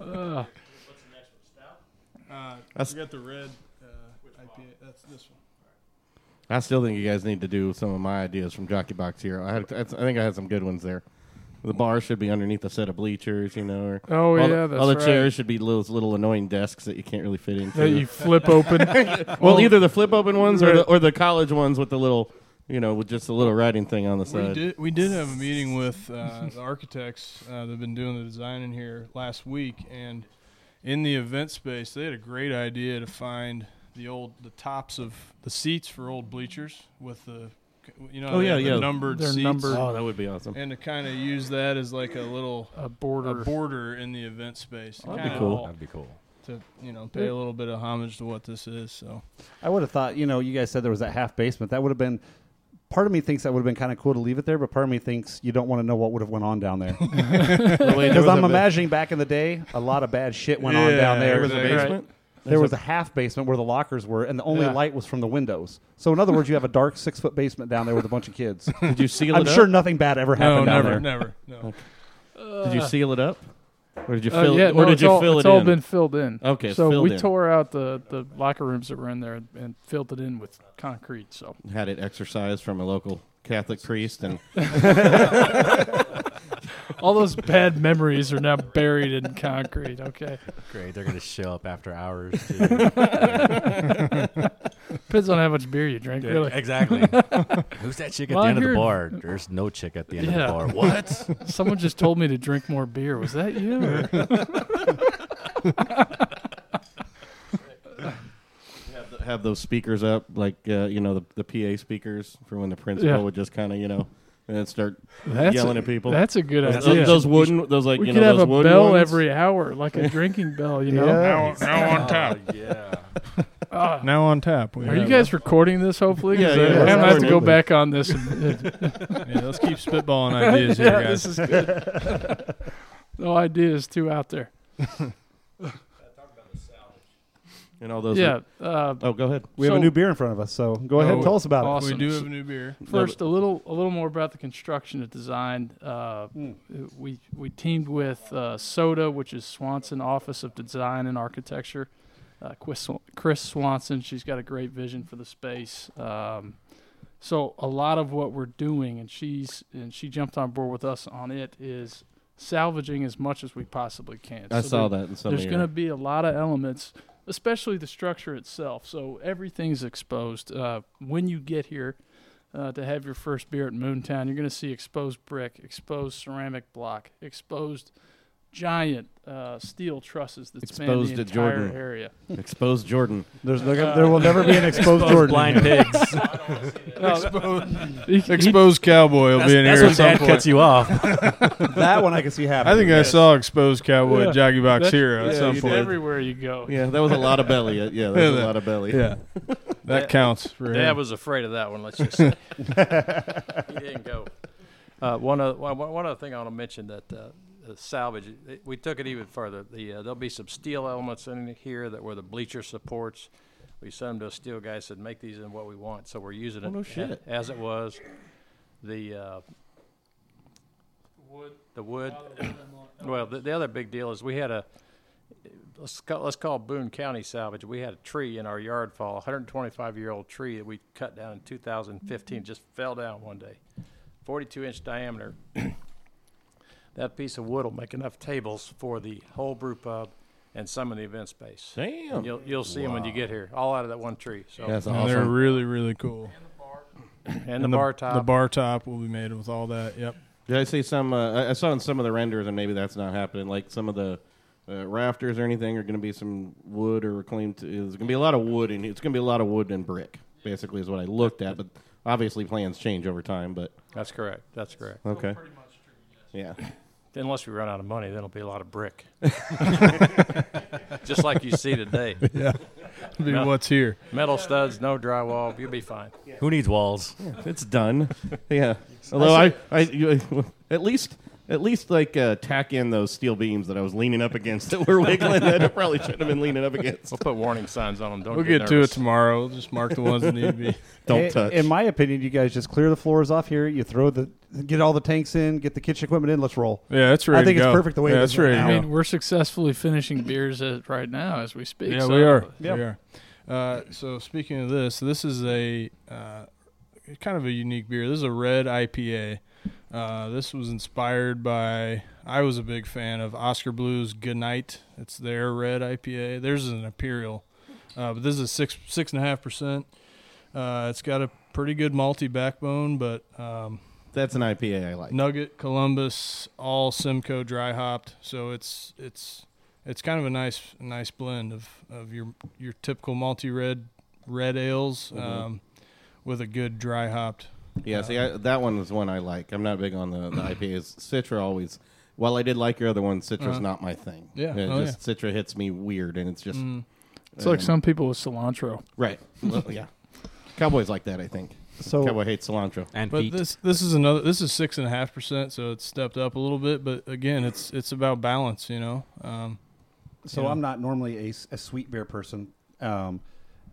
Speaker 3: uh,
Speaker 4: That's-
Speaker 3: got the red uh, IPA. That's this one.
Speaker 4: I still think you guys need to do some of my ideas from Jockey Box here. I, had, I think I had some good ones there. The bar should be underneath a set of bleachers, you know. Or
Speaker 6: oh
Speaker 4: all
Speaker 6: yeah,
Speaker 4: the,
Speaker 6: that's
Speaker 4: all the
Speaker 6: right.
Speaker 4: chairs should be little, little annoying desks that you can't really fit into.
Speaker 6: that you flip open.
Speaker 4: Well, either the flip open ones or
Speaker 6: Right.
Speaker 4: the, or the college ones with the little, you know, with just the little writing thing on the
Speaker 3: We
Speaker 4: side.
Speaker 3: did, we did have a meeting with uh, the architects uh, that have been doing the design in here last week, and in the event space, they had a great idea to find the old the tops of the seats for old bleachers with the you know
Speaker 4: Oh,
Speaker 3: they
Speaker 4: yeah,
Speaker 3: have the
Speaker 4: yeah.
Speaker 3: numbered
Speaker 6: They're
Speaker 3: seats,
Speaker 6: numbered.
Speaker 4: Oh, that would be awesome.
Speaker 3: and to kind of use that as like a little
Speaker 6: a
Speaker 3: a
Speaker 6: border.
Speaker 3: border in the event space. to
Speaker 4: That'd be
Speaker 3: kinda-
Speaker 4: cool.
Speaker 5: That'd be cool.
Speaker 3: To you know, pay a little bit of homage to what this is. So
Speaker 2: I would have thought, you know, you guys said there was that half basement. That would have been. Part of me thinks that would have been kind of cool to leave it there, but part of me thinks you don't want to know what would have went on down there because I'm imagining back in the day a lot of bad shit went on
Speaker 3: Yeah,
Speaker 2: down there.
Speaker 3: there was a
Speaker 2: Right.
Speaker 3: basement?
Speaker 2: There was a half basement where the lockers were, and the only
Speaker 6: Yeah.
Speaker 2: light was from the windows. So, in other words, you have a dark six foot basement down there with a bunch of kids.
Speaker 4: Did you seal it
Speaker 2: I'm
Speaker 4: up?
Speaker 2: sure nothing bad ever
Speaker 3: no,
Speaker 2: happened down
Speaker 3: never,
Speaker 2: there.
Speaker 3: never, no.
Speaker 4: Did you seal it up? Or did you
Speaker 6: Uh,
Speaker 4: fill
Speaker 6: yeah,
Speaker 4: it?
Speaker 6: no,
Speaker 4: Or did
Speaker 6: it's
Speaker 4: you
Speaker 6: all,
Speaker 4: fill
Speaker 6: it's
Speaker 4: it
Speaker 6: all
Speaker 4: in?
Speaker 6: been filled in.
Speaker 4: Okay, it's
Speaker 6: so
Speaker 4: filled
Speaker 6: we
Speaker 4: in.
Speaker 6: tore out the, the locker rooms that were in there and, and filled it in with concrete. So
Speaker 4: Had it exercised from a local Catholic priest, and
Speaker 6: all those bad memories are now buried in concrete. Okay,
Speaker 5: Great. They're gonna show up after hours. Too.
Speaker 6: depends on how much beer you drink, really.
Speaker 5: Exactly. Who's that chick at
Speaker 6: Well,
Speaker 5: the
Speaker 6: I
Speaker 5: end of the
Speaker 6: heard-
Speaker 5: bar? There's no chick at the end of
Speaker 6: Yeah.
Speaker 5: the bar. What?
Speaker 6: Someone just told me to drink more beer. Was that you? or-
Speaker 4: have those speakers up, like uh, you know the, the PA speakers for when the principal
Speaker 6: Yeah.
Speaker 4: would just kind of you know and start
Speaker 6: That's
Speaker 4: yelling
Speaker 6: a,
Speaker 4: at people.
Speaker 6: That's a good
Speaker 4: those,
Speaker 6: idea.
Speaker 4: those wooden, those like
Speaker 6: we
Speaker 4: you
Speaker 6: could
Speaker 4: know,
Speaker 6: have
Speaker 4: those
Speaker 6: a
Speaker 4: wooden
Speaker 6: bell
Speaker 4: ones?
Speaker 6: every hour, like a drinking bell. You know.
Speaker 2: Yeah.
Speaker 3: now on tap.
Speaker 5: yeah.
Speaker 6: Ah,
Speaker 3: Now on tap. We
Speaker 6: are you
Speaker 3: have-
Speaker 6: guys recording this? Hopefully, 'Cause
Speaker 4: Yeah, yeah,
Speaker 6: I-
Speaker 4: we're
Speaker 6: I'm gonna have to
Speaker 4: recording
Speaker 6: go
Speaker 4: it.
Speaker 6: back on this. And, uh,
Speaker 3: Yeah, let's keep spitballing ideas here,
Speaker 6: this
Speaker 3: guys.
Speaker 6: is good. no ideas too out there.
Speaker 4: and all those.
Speaker 6: yeah. Uh,
Speaker 4: oh, go ahead.
Speaker 2: We have
Speaker 6: So-
Speaker 2: a new beer in front of us, so go ahead and
Speaker 6: Oh,
Speaker 2: tell us about it.
Speaker 6: awesome.
Speaker 3: We do have a new beer.
Speaker 6: First, a little a little more about the construction of design. Uh, We we teamed with uh, Soda, which is Swanson Office of Design and Architecture. Uh, Chris, Sw- Chris Swanson, she's got a great vision for the space. Um, so a lot of what we're doing, and she's and she jumped on board with us on it, is salvaging as much as we possibly can.
Speaker 4: I
Speaker 6: So
Speaker 4: saw
Speaker 6: there-
Speaker 4: that in some.
Speaker 6: there's going to be a lot of elements, especially the structure itself. So everything's exposed. Uh, when you get here uh, to have your first beer at Moontown, you're going to see exposed brick, exposed ceramic block, exposed giant uh, steel trusses that
Speaker 4: Exposed
Speaker 6: span
Speaker 4: to
Speaker 6: the entire
Speaker 4: Jordan.
Speaker 6: area.
Speaker 4: be expose Jordan.
Speaker 2: There's there, there will never be an exposed Jordan.
Speaker 8: blind pigs.
Speaker 6: He- he-
Speaker 3: Exposed cowboy will
Speaker 8: That's,
Speaker 3: be in
Speaker 8: that's
Speaker 3: here
Speaker 8: when
Speaker 3: at some
Speaker 8: Dad
Speaker 3: point.
Speaker 8: cuts you off.
Speaker 2: that one I can see happening.
Speaker 3: I think I saw exposed cowboy
Speaker 6: Yeah.
Speaker 3: at Jockey Box
Speaker 6: that-
Speaker 3: Hero at
Speaker 6: yeah,
Speaker 3: some
Speaker 6: you-
Speaker 3: point.
Speaker 6: Everywhere you go.
Speaker 4: Yeah, that was a lot of belly. Yeah, that was a lot of belly.
Speaker 3: yeah, that counts. For
Speaker 7: Dad
Speaker 3: him.
Speaker 7: was afraid of that one. Let's just say he didn't go. Uh, one other one, one other thing I want to mention that uh, the salvage it- we took it even further. The uh, there'll be some steel elements in here that were the bleacher supports. We sent them to a steel guy. Said make these in what we want. So we're using it
Speaker 4: Oh, no
Speaker 7: a-
Speaker 4: shit.
Speaker 7: as it was. The uh, wood. The wood. Well, the, the other big deal is we had a let's call, let's call Boone County salvage. We had a tree in our yard fall, 125 year old tree that we cut down in 2015. Just fell down one day, 42 inch diameter. that piece of wood will make enough tables for the whole brew pub and some in the event space.
Speaker 4: Damn.
Speaker 7: You'll you'll see them when you get here, all out of that one tree. So
Speaker 4: That's
Speaker 3: And they're
Speaker 4: awesome.
Speaker 3: really really cool.
Speaker 7: and the bar top.
Speaker 3: The bar top will be made with all that. Yep.
Speaker 4: Did I see some? Uh, I- I saw in some of the renders, and maybe that's not happening. Like some of the uh, rafters or anything are going to be some wood or reclaimed. There's going to be a lot of wood, and it's going to be a lot of wood and brick. Basically, is what I looked at. But obviously, plans change over time. But
Speaker 7: That's correct. That's correct.
Speaker 4: okay, yeah.
Speaker 7: Unless we run out of money, then it'll be a lot of brick. Just like you see today.
Speaker 3: It'll be
Speaker 7: No.
Speaker 3: what's here.
Speaker 7: Metal studs, no drywall. You'll be fine.
Speaker 8: Who needs walls?
Speaker 4: It's done. yeah. Although I, I, you- at least, at least like uh, tack in those steel beams that I was leaning up against that were wiggling that I probably shouldn't have been leaning up against.
Speaker 7: We'll put warning signs on them. Don't
Speaker 3: We'll
Speaker 7: get,
Speaker 3: get, to it
Speaker 7: nervous.
Speaker 3: tomorrow. We'll just mark the ones that need to be.
Speaker 4: Don't
Speaker 2: In-
Speaker 4: touch.
Speaker 2: In my opinion, you guys just clear the floors off here. You throw the get all the tanks in, get the kitchen equipment in. Let's roll.
Speaker 3: Yeah, it's ready.
Speaker 2: I think
Speaker 3: to
Speaker 2: it's
Speaker 3: go.
Speaker 2: perfect the way
Speaker 3: yeah,
Speaker 2: it
Speaker 3: it's
Speaker 2: is right
Speaker 3: ready.
Speaker 2: now.
Speaker 6: I
Speaker 3: to go.
Speaker 6: mean, we're successfully finishing beers at, right now as we speak.
Speaker 3: Yeah,
Speaker 6: so-
Speaker 3: we are.
Speaker 2: Yeah.
Speaker 3: We are. Uh, so speaking of this, this is a uh, kind of a unique beer. This is a red IPA. Uh, this was inspired by. I was a big fan of Oscar Blues Goodnight. It's their red IPA. Theirs is an imperial, uh, but this is a six six and a half percent. Uh, it's got a pretty good malty backbone, but um,
Speaker 4: That's an IPA I like.
Speaker 3: Nugget, Columbus, all Simcoe dry hopped. So it's it's it's kind of a nice nice blend of, of your your typical multi red red ales
Speaker 2: Mm-hmm.
Speaker 3: um, with a good dry hopped.
Speaker 4: Yeah, see, I, that one was one I like. I'm not big on the, the IPAs. Citra always. While I did like your other one, Citra's not my thing.
Speaker 3: Uh-huh. Yeah, Mm.
Speaker 4: It
Speaker 3: oh,
Speaker 4: just Citra hits me weird, and it's just
Speaker 6: It's like some people with cilantro.
Speaker 4: right. Well, yeah, Cowboys like that. I think
Speaker 2: So
Speaker 4: Cowboy hates cilantro.
Speaker 5: And
Speaker 3: But
Speaker 5: feet.
Speaker 3: this this is another this is six and a half percent, so it's stepped up a little bit. But again, it's it's about balance, you know. Um,
Speaker 2: so
Speaker 3: Yeah.
Speaker 2: I'm not normally a, s- a sweet beer person. Um,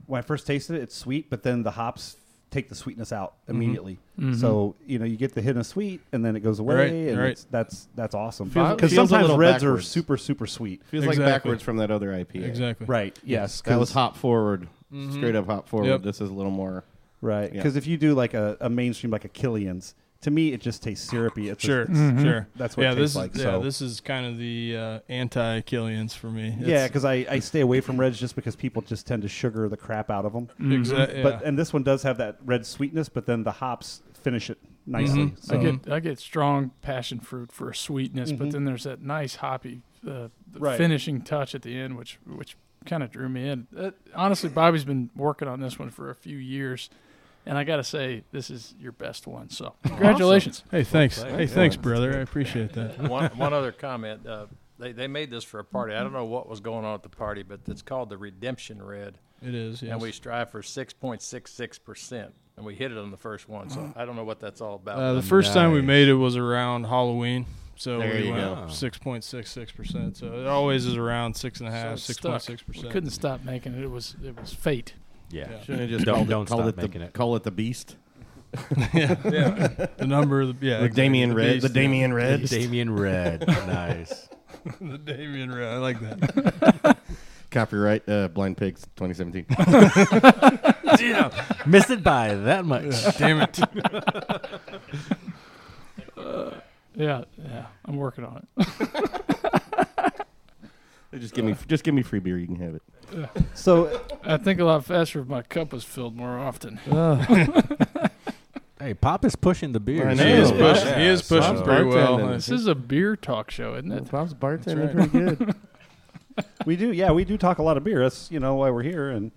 Speaker 2: when I first tasted it, it's sweet, but then the hops take the sweetness out
Speaker 3: Mm-hmm.
Speaker 2: immediately. So you know you get the hit of sweet, and then it goes away,
Speaker 3: Right,
Speaker 2: and
Speaker 3: right.
Speaker 2: It's, that's that's awesome.
Speaker 4: Feels-
Speaker 2: Because
Speaker 4: feels a
Speaker 2: sometimes
Speaker 4: little
Speaker 2: reds are
Speaker 4: backwards.
Speaker 2: super super sweet.
Speaker 4: Feels
Speaker 3: Exactly.
Speaker 4: like backwards from that other IPA.
Speaker 3: Exactly. Mm-hmm.
Speaker 2: Right. Yes.
Speaker 4: That was
Speaker 2: 'cause-
Speaker 4: hop forward, straight up hop forward.
Speaker 3: Yep.
Speaker 4: This is a little more.
Speaker 2: Right.
Speaker 4: Yeah.
Speaker 2: Because if you do like a, a mainstream like a Killian's, to me it just tastes syrupy. It's a-
Speaker 3: Sure. Sure.
Speaker 2: That's what it
Speaker 3: yeah.
Speaker 2: tastes
Speaker 3: This
Speaker 2: like,
Speaker 3: is yeah.
Speaker 2: so.
Speaker 3: This is kind of the uh, anti Killians for me.
Speaker 2: yeah, because I, I stay away from reds just because people just tend to sugar the crap out of them.
Speaker 3: exactly.
Speaker 2: mm-hmm. But and this one does have that red sweetness, but then the hops finish it nicely.
Speaker 3: Mhm.
Speaker 2: So
Speaker 6: I get I get strong passion fruit for sweetness, but then there's that nice hoppy uh, the
Speaker 2: Right.
Speaker 6: finishing touch at the end, which which kind of drew me in. Uh, honestly, Bobby's been working on this one for a few years, And I got to say, this is your best one. So congratulations.
Speaker 3: Hey, thanks.
Speaker 5: played.
Speaker 3: Hey,
Speaker 5: Yeah,
Speaker 3: thanks,
Speaker 5: that's
Speaker 3: brother. I appreciate that.
Speaker 7: one, one other comment. Uh, they, they made this for a party. I don't know what was going on at the party, but it's called the Redemption Red,
Speaker 3: It is. Yes.
Speaker 7: and we strive for 6.66%, and we hit it on the first one, so I don't know what that's all about.
Speaker 3: Uh,
Speaker 7: but
Speaker 3: the first time we
Speaker 5: Nice.
Speaker 3: made it was around Halloween, so
Speaker 4: There
Speaker 3: we
Speaker 4: you
Speaker 3: went
Speaker 4: go.
Speaker 3: up six point six six percent. So it always is around six and a half,
Speaker 6: So it
Speaker 3: six
Speaker 6: stuck.
Speaker 3: point six
Speaker 6: We
Speaker 3: percent.
Speaker 6: couldn't stop making it. It was it was fate.
Speaker 5: Yeah.
Speaker 4: Shouldn't have just
Speaker 5: Don't-
Speaker 4: called,
Speaker 5: don't
Speaker 4: it, called
Speaker 5: stop
Speaker 4: it the
Speaker 5: making it.
Speaker 4: call it the beast.
Speaker 3: yeah, the number of the yeah,
Speaker 4: Like Damien Red, the Damien Red.
Speaker 5: Damien Red. nice.
Speaker 3: the Damien Red. I like that.
Speaker 4: Copyright uh, Blind Pigs 2017.
Speaker 5: Missed it by that much.
Speaker 3: Damn it.
Speaker 6: Yeah, yeah. I'm working on it.
Speaker 4: just give me just give me free beer. You can have it.
Speaker 2: So
Speaker 6: I think a lot faster if my cup was filled more often.
Speaker 5: Hey, Pop is pushing the beer. uh,
Speaker 4: I
Speaker 3: He
Speaker 4: know.
Speaker 3: is
Speaker 4: Yeah.
Speaker 3: pushing. he is
Speaker 5: so-
Speaker 3: pushing pretty well.
Speaker 4: bartending.
Speaker 3: I
Speaker 6: This
Speaker 3: think-
Speaker 6: is a beer talk show, isn't it?
Speaker 4: Bob's bartending
Speaker 3: That's
Speaker 4: pretty good.
Speaker 2: we do, yeah, we do talk a lot of beer. That's you know why we're here, and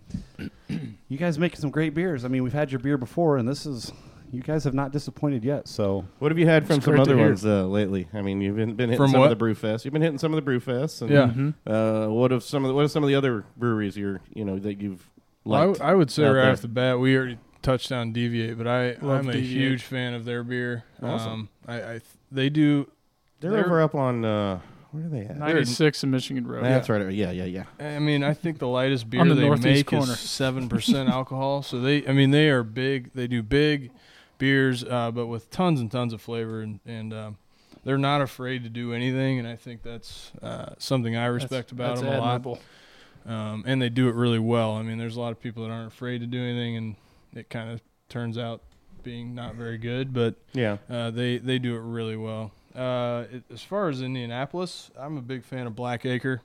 Speaker 2: you guys make some great beers. I mean, we've had your beer before, and this is you guys have not disappointed yet. So
Speaker 4: what have you had from
Speaker 6: It's
Speaker 4: some
Speaker 6: great to
Speaker 4: other
Speaker 6: hear.
Speaker 4: ones uh, lately? I mean, you've been, been hitting
Speaker 3: From
Speaker 4: some
Speaker 3: what?
Speaker 4: of the brew fests. You've been hitting some of the brew fests. And,
Speaker 3: Yeah.
Speaker 4: Uh, what of some of the, what are some of the other breweries you're you know that you've
Speaker 3: Well, I
Speaker 4: liked?
Speaker 3: w- I, would say
Speaker 4: out
Speaker 3: right
Speaker 4: there?
Speaker 3: off the bat, we already touched on Deviate, but I,
Speaker 6: Love
Speaker 3: I'm a
Speaker 6: Deviate.
Speaker 3: huge fan of their beer.
Speaker 4: Awesome.
Speaker 3: Um, I, I th- they do.
Speaker 4: they're,
Speaker 3: they're-
Speaker 4: over up on uh, where are they at?
Speaker 6: 96 in Michigan Road.
Speaker 4: That's right. Yeah, yeah, yeah.
Speaker 3: I mean, I think the lightest beer
Speaker 6: On the
Speaker 3: they
Speaker 6: northeast
Speaker 3: make
Speaker 6: corner.
Speaker 3: is seven percent alcohol. So they, I mean, they are big. They do big beers, uh, but with tons and tons of flavor, and, and um, they're not afraid to do anything. And I think that's uh, something I respect about
Speaker 6: That's
Speaker 3: them a lot.
Speaker 6: admirable.
Speaker 3: um, and they do it really well. I mean, there's a lot of people that aren't afraid to do anything, and it kind of turns out being not very good, but
Speaker 4: Yeah.
Speaker 3: uh, they they do it really well. Uh, it, as far as Indianapolis, I'm a big fan of Blackacre.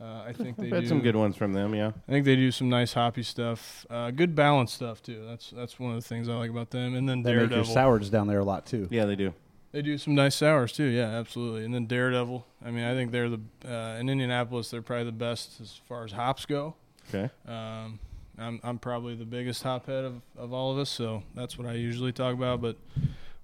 Speaker 3: Uh, I think they
Speaker 4: I've had
Speaker 3: do,
Speaker 4: some good ones from them, yeah.
Speaker 3: I think they do some nice hoppy stuff, uh, good balance stuff too. That's that's one of the things I like about them. And then
Speaker 2: they make your
Speaker 3: Daredevil,
Speaker 2: sours down there a lot too.
Speaker 4: Yeah, they do.
Speaker 3: they do some nice sours too. Yeah, absolutely. And then Daredevil. I mean, I think they're the uh, in Indianapolis, they're probably the best as far as hops go.
Speaker 4: Okay.
Speaker 3: Um, I'm I'm probably the biggest hop head of, of all of us, so that's what I usually talk about. But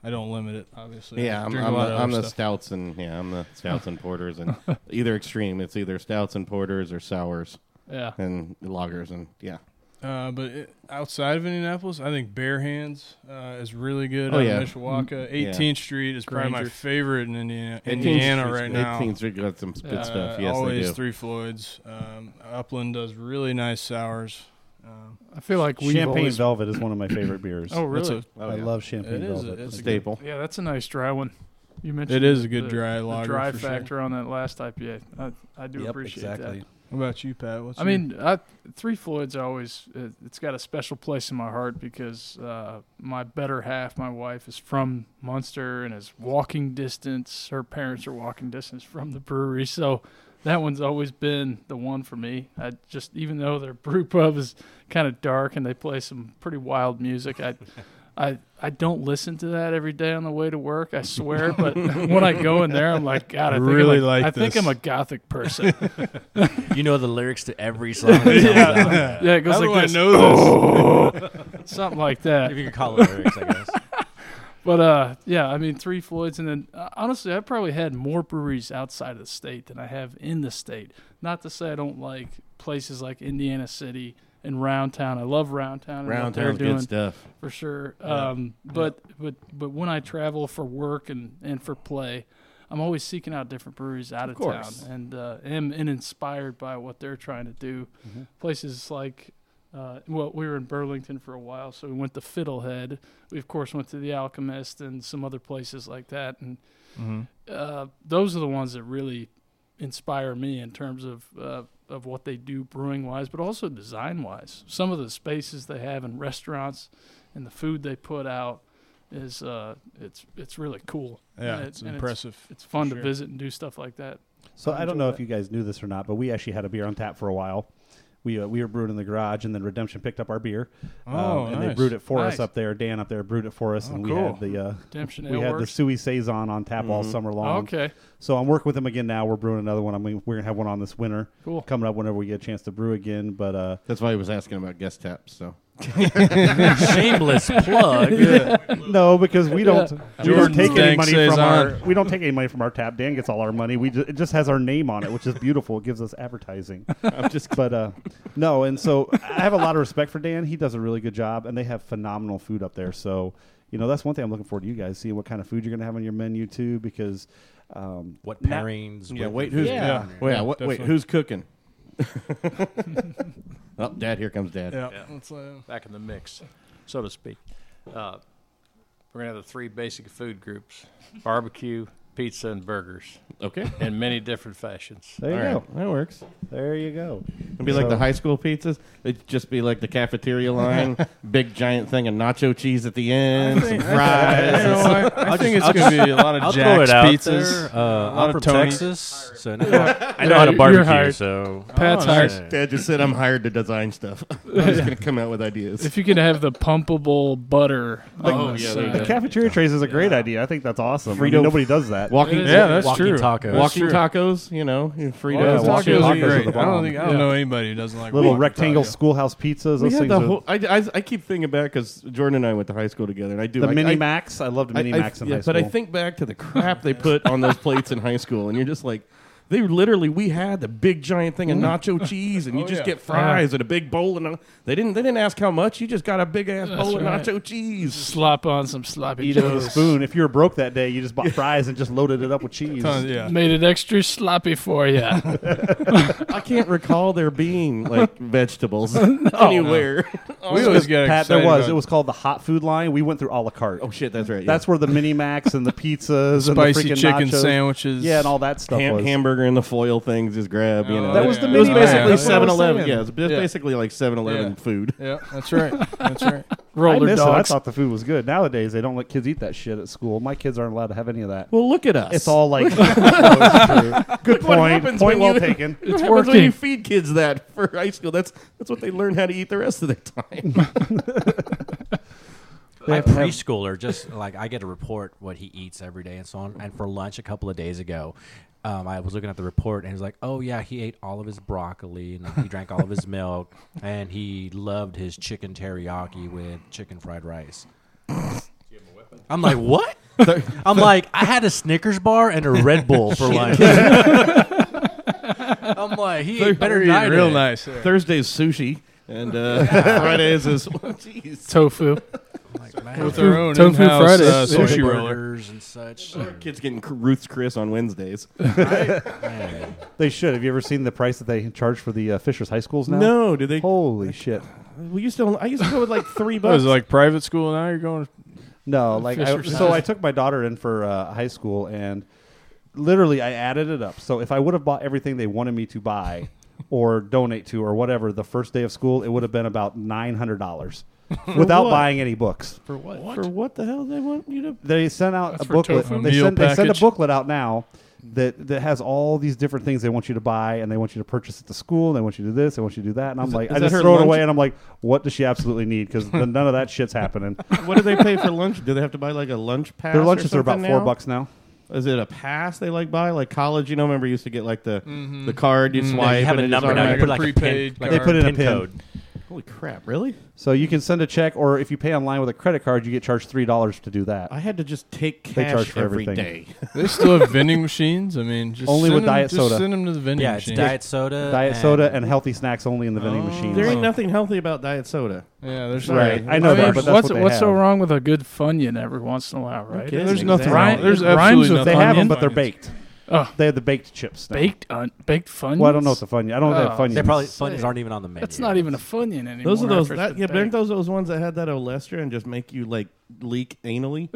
Speaker 3: I don't limit it, obviously.
Speaker 4: Yeah,
Speaker 3: I
Speaker 4: I'm,
Speaker 3: drink
Speaker 4: I'm,
Speaker 3: a lot
Speaker 4: the,
Speaker 3: of
Speaker 4: I'm
Speaker 3: other
Speaker 4: the
Speaker 3: stuff.
Speaker 4: stouts and yeah, I'm the stouts and porters and either extreme. It's either stouts and porters or sours
Speaker 6: Yeah.
Speaker 4: and lagers and yeah.
Speaker 3: Uh, but it, outside of Indianapolis, I think Bare Hands uh, is really good.
Speaker 4: Oh,
Speaker 3: out of
Speaker 4: yeah.
Speaker 3: Mishawaka,
Speaker 4: Yeah.
Speaker 3: 18th Street is probably my
Speaker 6: Granger.
Speaker 3: favorite in Indiana, Indiana right now.
Speaker 4: 18th Street got some good
Speaker 6: Yeah.
Speaker 4: stuff.
Speaker 3: Uh,
Speaker 4: Yes,
Speaker 3: always
Speaker 4: they do.
Speaker 3: Three Floyds. Um, Upland does really nice sours. Um,
Speaker 6: I feel like we've
Speaker 2: Champagne
Speaker 6: always-
Speaker 2: Velvet is one of my favorite beers.
Speaker 6: Oh,
Speaker 3: that's
Speaker 6: really?
Speaker 3: a-
Speaker 4: Oh,
Speaker 2: I
Speaker 4: yeah.
Speaker 2: love Champagne
Speaker 3: It is a-
Speaker 2: Velvet.
Speaker 3: it's a good-
Speaker 4: staple.
Speaker 6: yeah, that's a nice dry one. You mentioned
Speaker 3: it is a good
Speaker 6: the-
Speaker 3: dry
Speaker 6: the
Speaker 3: lager.
Speaker 6: dry
Speaker 3: for sure.
Speaker 6: factor on that last IPA. I, I do appreciate that.
Speaker 3: What about you, Pat? What's
Speaker 6: I
Speaker 3: your-
Speaker 6: mean, I, Three Floyds always it, it's got a special place in my heart because uh, my better half, my wife, is from Munster and is walking distance. Her parents are walking distance from the brewery, so that one's always been the one for me. I just even though their brew pub is kind of dark and they play some pretty wild music, I. I, I don't listen to that every day on the way to work. I swear, but when I go in there, I'm like, God, I think
Speaker 3: Really
Speaker 6: I'm a-
Speaker 3: like
Speaker 6: I think
Speaker 3: this.
Speaker 6: I'm a gothic person.
Speaker 8: You know the lyrics to every song. that comes out.
Speaker 6: Yeah, it goes
Speaker 3: How
Speaker 6: like
Speaker 3: do I
Speaker 6: this.
Speaker 3: know this?
Speaker 6: something like that.
Speaker 8: If you could call it lyrics, I guess.
Speaker 6: But uh, yeah, I mean, three Floyds, and then uh, honestly, I probably had more breweries outside of the state than I have in the state. Not to say I don't like places like Indiana City and Round Town. I love Round Town. and what
Speaker 4: Round
Speaker 6: they're
Speaker 4: town's
Speaker 6: doing
Speaker 4: good stuff.
Speaker 6: for sure. Um, but but but when I travel for work and and for play, I'm always seeking out different breweries out of,
Speaker 2: course.
Speaker 6: town, and uh, am and inspired by what they're trying to do. Places like. Uh, well, we were in Burlington for a while, so we went to Fiddlehead. We, of course, went to the Alchemist and some other places like that. And uh, those are the ones that really inspire me in terms of uh, of what they do brewing wise, but also design wise. Some of the spaces they have in restaurants and the food they put out is uh, it's it's really cool.
Speaker 3: Yeah,
Speaker 6: And it-
Speaker 3: it's
Speaker 6: and
Speaker 3: impressive.
Speaker 6: It's, fun
Speaker 3: sure.
Speaker 6: to visit and do stuff like that.
Speaker 2: So I
Speaker 6: I
Speaker 2: don't
Speaker 6: enjoy
Speaker 2: know
Speaker 6: that.
Speaker 2: if you guys knew this or not, but we actually had a beer on tap for a while. We uh, we were brewing in the garage, and then Redemption picked up our beer.
Speaker 3: Oh,
Speaker 2: Um, and they
Speaker 3: nice.
Speaker 2: brewed it for us
Speaker 6: Nice.
Speaker 2: up there. Dan up there brewed it for us,
Speaker 3: Oh,
Speaker 2: and we
Speaker 3: cool. Mm-hmm.
Speaker 2: had the uh,
Speaker 6: Redemption
Speaker 2: we
Speaker 6: Ale
Speaker 2: had the
Speaker 6: Works.
Speaker 2: Suey saison on tap all summer long.
Speaker 6: okay,
Speaker 2: So I'm working with them again now. We're brewing another one. I mean, we're gonna have one on this winter
Speaker 6: cool.
Speaker 3: Oh,
Speaker 2: coming up whenever we get a chance to brew again. But uh,
Speaker 4: That's why he was asking about guest taps. So
Speaker 8: Shameless plug.
Speaker 2: No, because we don't. We don't
Speaker 3: Jordan's
Speaker 2: take any
Speaker 3: dank
Speaker 2: money
Speaker 3: stays
Speaker 2: from our.
Speaker 3: on.
Speaker 2: We don't take any money from our tap. Dan gets all our money. We ju- it just has our name on it, which is beautiful. It gives us advertising. I'm just, but uh, no. And so I have a lot of respect for Dan. He does a really good job, and they have phenomenal food up there. So you know that's one thing I'm looking forward to you guys seeing what kind of food you're going to have on your menu too, because. Um,
Speaker 5: What pairings?
Speaker 4: Yeah,
Speaker 5: with
Speaker 4: wait,
Speaker 5: the-
Speaker 4: who's
Speaker 3: Yeah.
Speaker 4: yeah.
Speaker 3: Yeah.
Speaker 4: Wait, yeah, what, wait,
Speaker 3: Definitely.
Speaker 4: who's cooking? oh, Dad, here comes Dad.
Speaker 3: Yeah.
Speaker 7: Yeah.
Speaker 3: That's, uh,
Speaker 7: back in the mix, so to speak. Uh, we're gonna have the three basic food groups: barbecue, pizza, and burgers,
Speaker 4: Okay,
Speaker 7: in many different fashions.
Speaker 2: there you
Speaker 4: All
Speaker 2: go.
Speaker 4: right, that works.
Speaker 2: There you go.
Speaker 4: It'd be like the high school pizzas. It'd just be like the cafeteria line, big giant thing of nacho cheese at the end, some
Speaker 3: I,
Speaker 4: fries.
Speaker 3: don't know, I, I think it's going to be a lot of
Speaker 8: I'll throw it
Speaker 3: Jack's
Speaker 8: out
Speaker 3: pizzas.
Speaker 8: there. Uh,
Speaker 3: lot
Speaker 8: I'm
Speaker 3: of
Speaker 8: from
Speaker 3: Tony's.
Speaker 8: Texas, so now I know
Speaker 6: Yeah,
Speaker 8: how to
Speaker 6: you're
Speaker 8: barbecue.
Speaker 6: hired.
Speaker 8: So
Speaker 6: Pat's
Speaker 3: Oh,
Speaker 6: hired.
Speaker 3: nice.
Speaker 4: Dad just said, "I'm hired to design stuff. I'm just gonna come out with ideas."
Speaker 6: If you could have the pumpable butter.
Speaker 4: Oh, yeah, there you
Speaker 2: The
Speaker 4: go.
Speaker 2: cafeteria trays is a great idea. I think that's awesome. I mean,
Speaker 4: Frito-
Speaker 2: nobody does that.
Speaker 4: Walking,
Speaker 3: Yeah, that's
Speaker 8: walking
Speaker 3: true.
Speaker 8: tacos.
Speaker 4: walking
Speaker 3: true. Oh,
Speaker 4: tacos. You know, and Fritos.
Speaker 2: yeah,
Speaker 3: Those
Speaker 2: walking
Speaker 3: tacos are
Speaker 2: tacos are
Speaker 3: great.
Speaker 2: the
Speaker 3: I
Speaker 2: bomb.
Speaker 3: don't think I don't
Speaker 6: Yeah.
Speaker 3: know anybody who doesn't like
Speaker 2: Little
Speaker 3: walking
Speaker 2: rectangle
Speaker 3: tacos.
Speaker 2: schoolhouse pizzas.
Speaker 4: We
Speaker 2: Those
Speaker 4: had
Speaker 2: things.
Speaker 4: the
Speaker 2: Are,
Speaker 4: whole, I, I, I keep thinking back because Jordan and I went to high school together, and I do
Speaker 2: the
Speaker 4: I-
Speaker 2: mini
Speaker 4: I-
Speaker 2: max. I loved
Speaker 4: I-
Speaker 2: mini
Speaker 4: I-
Speaker 2: max in
Speaker 4: yeah,
Speaker 2: high school.
Speaker 4: But I think back to the crap they put on those plates in high school, and you're just like, they literally we had the big giant thing of nacho cheese, and you
Speaker 3: Oh,
Speaker 4: just
Speaker 3: yeah.
Speaker 4: get fries and a big bowl, and they didn't they didn't ask how much, you just got a big ass bowl of
Speaker 6: right.
Speaker 4: nacho cheese.
Speaker 6: Slop on some sloppy
Speaker 2: eat it with a
Speaker 6: joes.
Speaker 2: spoon. If you were broke that day, you just bought fries and just loaded it up with cheese.
Speaker 3: Tons- yeah.
Speaker 6: Made it extra sloppy for you.
Speaker 4: I can't recall there being like vegetables anywhere. Oh,
Speaker 3: We always get
Speaker 2: Pat,
Speaker 3: excited
Speaker 2: there was.
Speaker 3: about
Speaker 2: It was called the hot food line. We went through a la carte.
Speaker 4: oh shit, that's right. yeah.
Speaker 2: That's where the mini max and the pizzas
Speaker 3: spicy
Speaker 2: and the freaking
Speaker 3: chicken
Speaker 2: nachos-
Speaker 3: sandwiches.
Speaker 2: Yeah, and all that stuff
Speaker 4: Ham-
Speaker 2: was.
Speaker 4: hamburger and the foil things just grab. You know,
Speaker 3: Oh,
Speaker 2: That was the
Speaker 3: Yeah.
Speaker 4: It was
Speaker 2: mini
Speaker 3: Oh, yeah. That's what I
Speaker 4: basically
Speaker 3: was
Speaker 4: 7-Eleven. Yeah, it was
Speaker 3: Yeah. Yeah.
Speaker 4: basically like 7-Eleven food.
Speaker 3: Yeah, that's right. That's right.
Speaker 2: I
Speaker 6: Roller
Speaker 2: miss it. I
Speaker 6: dogs.
Speaker 2: thought the food was good. Nowadays, they don't let kids eat that shit at school. My kids aren't allowed to have any of that.
Speaker 4: Well, look at us.
Speaker 2: It's all like Oh, it's true. good
Speaker 4: what
Speaker 2: point.
Speaker 4: happens
Speaker 2: Point
Speaker 4: when
Speaker 2: well
Speaker 4: you-
Speaker 2: taken.
Speaker 4: It's when
Speaker 6: happens when
Speaker 4: you
Speaker 6: you
Speaker 4: feed kids that for high school. That's that's what they learn how to eat the rest of their time.
Speaker 2: They
Speaker 5: My
Speaker 2: have to have-
Speaker 5: preschooler just like I get to report what he eats every day and so on. And for lunch a couple of days ago, um, I was looking at the report and he was like, "Oh yeah, he ate all of his broccoli and he drank all of his milk and he loved his chicken teriyaki with chicken fried rice." I'm like, what? I'm like, I had a Snickers bar and a Red Bull for lunch. I'm like, he ate better than I
Speaker 3: Real
Speaker 5: did.
Speaker 3: nice. yeah.
Speaker 4: Thursday's sushi, and uh, Fridays is jeez.
Speaker 6: Tofu.
Speaker 5: I'm like, man,
Speaker 3: With their own
Speaker 6: Tofu
Speaker 3: in-house,
Speaker 6: Fridays.
Speaker 3: uh,
Speaker 5: big
Speaker 3: sushi roller.
Speaker 5: burgers and such.
Speaker 4: Kids getting Cr- Ruth's Chris on Wednesdays.
Speaker 5: Man.
Speaker 2: They should. Have you ever seen the price that they charge for the uh, Fisher's high schools now?
Speaker 4: No, do they?
Speaker 2: Holy shit.
Speaker 4: We used to. I used to go with like three
Speaker 3: What
Speaker 4: bucks.
Speaker 3: is it like private school now? You're going.
Speaker 2: No, like I,
Speaker 6: Fisher
Speaker 2: so
Speaker 6: size.
Speaker 2: I took my daughter in for uh, high school and literally I added it up. So if I would have bought everything they wanted me to buy or donate to or whatever the first day of school, it would have been about nine hundred dollars without
Speaker 4: what?
Speaker 2: buying any books.
Speaker 6: For what?
Speaker 4: for what the hell they want you to?
Speaker 2: They sent out
Speaker 6: That's
Speaker 2: a
Speaker 6: for
Speaker 2: booklet.
Speaker 6: tofu.
Speaker 2: They
Speaker 3: Meal
Speaker 2: send, they send a
Speaker 3: package.
Speaker 2: booklet out now that that has all these different things they want you to buy and they want you to purchase at the school. They want you to do this. They want you to do that. And I'm
Speaker 4: Is it-
Speaker 2: like,
Speaker 4: is
Speaker 2: I
Speaker 4: that
Speaker 2: just
Speaker 4: her
Speaker 2: throw it
Speaker 4: lunch?
Speaker 2: away and I'm like, what does she absolutely need? Because none of that shit's happening.
Speaker 4: What do they pay for lunch? Do they have to buy like a lunch pass?
Speaker 2: Their
Speaker 4: or
Speaker 2: lunches are about
Speaker 4: something
Speaker 2: four
Speaker 4: now?
Speaker 2: bucks now.
Speaker 4: Is it a pass they like buy? Like college, you know, remember you used to get like the the card you
Speaker 5: Mm-hmm.
Speaker 3: Mm.
Speaker 4: swipe
Speaker 8: You have
Speaker 4: and
Speaker 8: a
Speaker 4: it just
Speaker 8: number now. You
Speaker 4: automatically-
Speaker 8: put like a pin,
Speaker 3: prepaid
Speaker 8: like
Speaker 2: They put in a pin.
Speaker 8: code.
Speaker 4: Holy crap! Really?
Speaker 2: So you can send a check, or if you pay online with a credit card, you get charged three dollars to do that.
Speaker 4: I had to just take cash
Speaker 2: They charge for
Speaker 4: every
Speaker 2: everything.
Speaker 4: day.
Speaker 3: They still have vending machines. I mean, just
Speaker 2: Only
Speaker 3: send
Speaker 2: with
Speaker 3: them,
Speaker 2: diet
Speaker 3: just
Speaker 2: soda.
Speaker 3: Send them to the vending
Speaker 5: Yeah, it's
Speaker 3: machine.
Speaker 5: diet soda.
Speaker 2: Diet soda and healthy snacks only in the vending
Speaker 3: Oh.
Speaker 2: machines.
Speaker 4: There ain't
Speaker 3: Oh.
Speaker 4: nothing healthy about diet soda.
Speaker 3: Yeah, there's
Speaker 2: Right.
Speaker 3: not-
Speaker 2: I know
Speaker 6: I mean,
Speaker 2: that, but that's
Speaker 6: what's
Speaker 2: what they
Speaker 6: what's so
Speaker 2: have.
Speaker 6: wrong with a good funyun every once in a while, right?
Speaker 4: kidding.
Speaker 3: There's nothing.
Speaker 4: Exactly.
Speaker 3: Wrong. There's
Speaker 6: It rhymes
Speaker 3: absolutely
Speaker 6: with
Speaker 3: nothing.
Speaker 2: They have them,
Speaker 6: Onion?
Speaker 2: but they're baked.
Speaker 6: Oh.
Speaker 2: They have the baked chips. Now.
Speaker 6: Baked un- baked funyuns.
Speaker 2: Well, I don't know what the funyun. I don't know if they have
Speaker 6: Oh.
Speaker 2: funyuns.
Speaker 5: They probably
Speaker 6: Say.
Speaker 5: funnies aren't even on the menu.
Speaker 6: That's not even a funyun anymore.
Speaker 4: Those are those.
Speaker 6: after it's
Speaker 4: That,
Speaker 6: been
Speaker 4: yeah, but aren't
Speaker 6: baked.
Speaker 4: those those ones that had that olester and just make you like leak anally?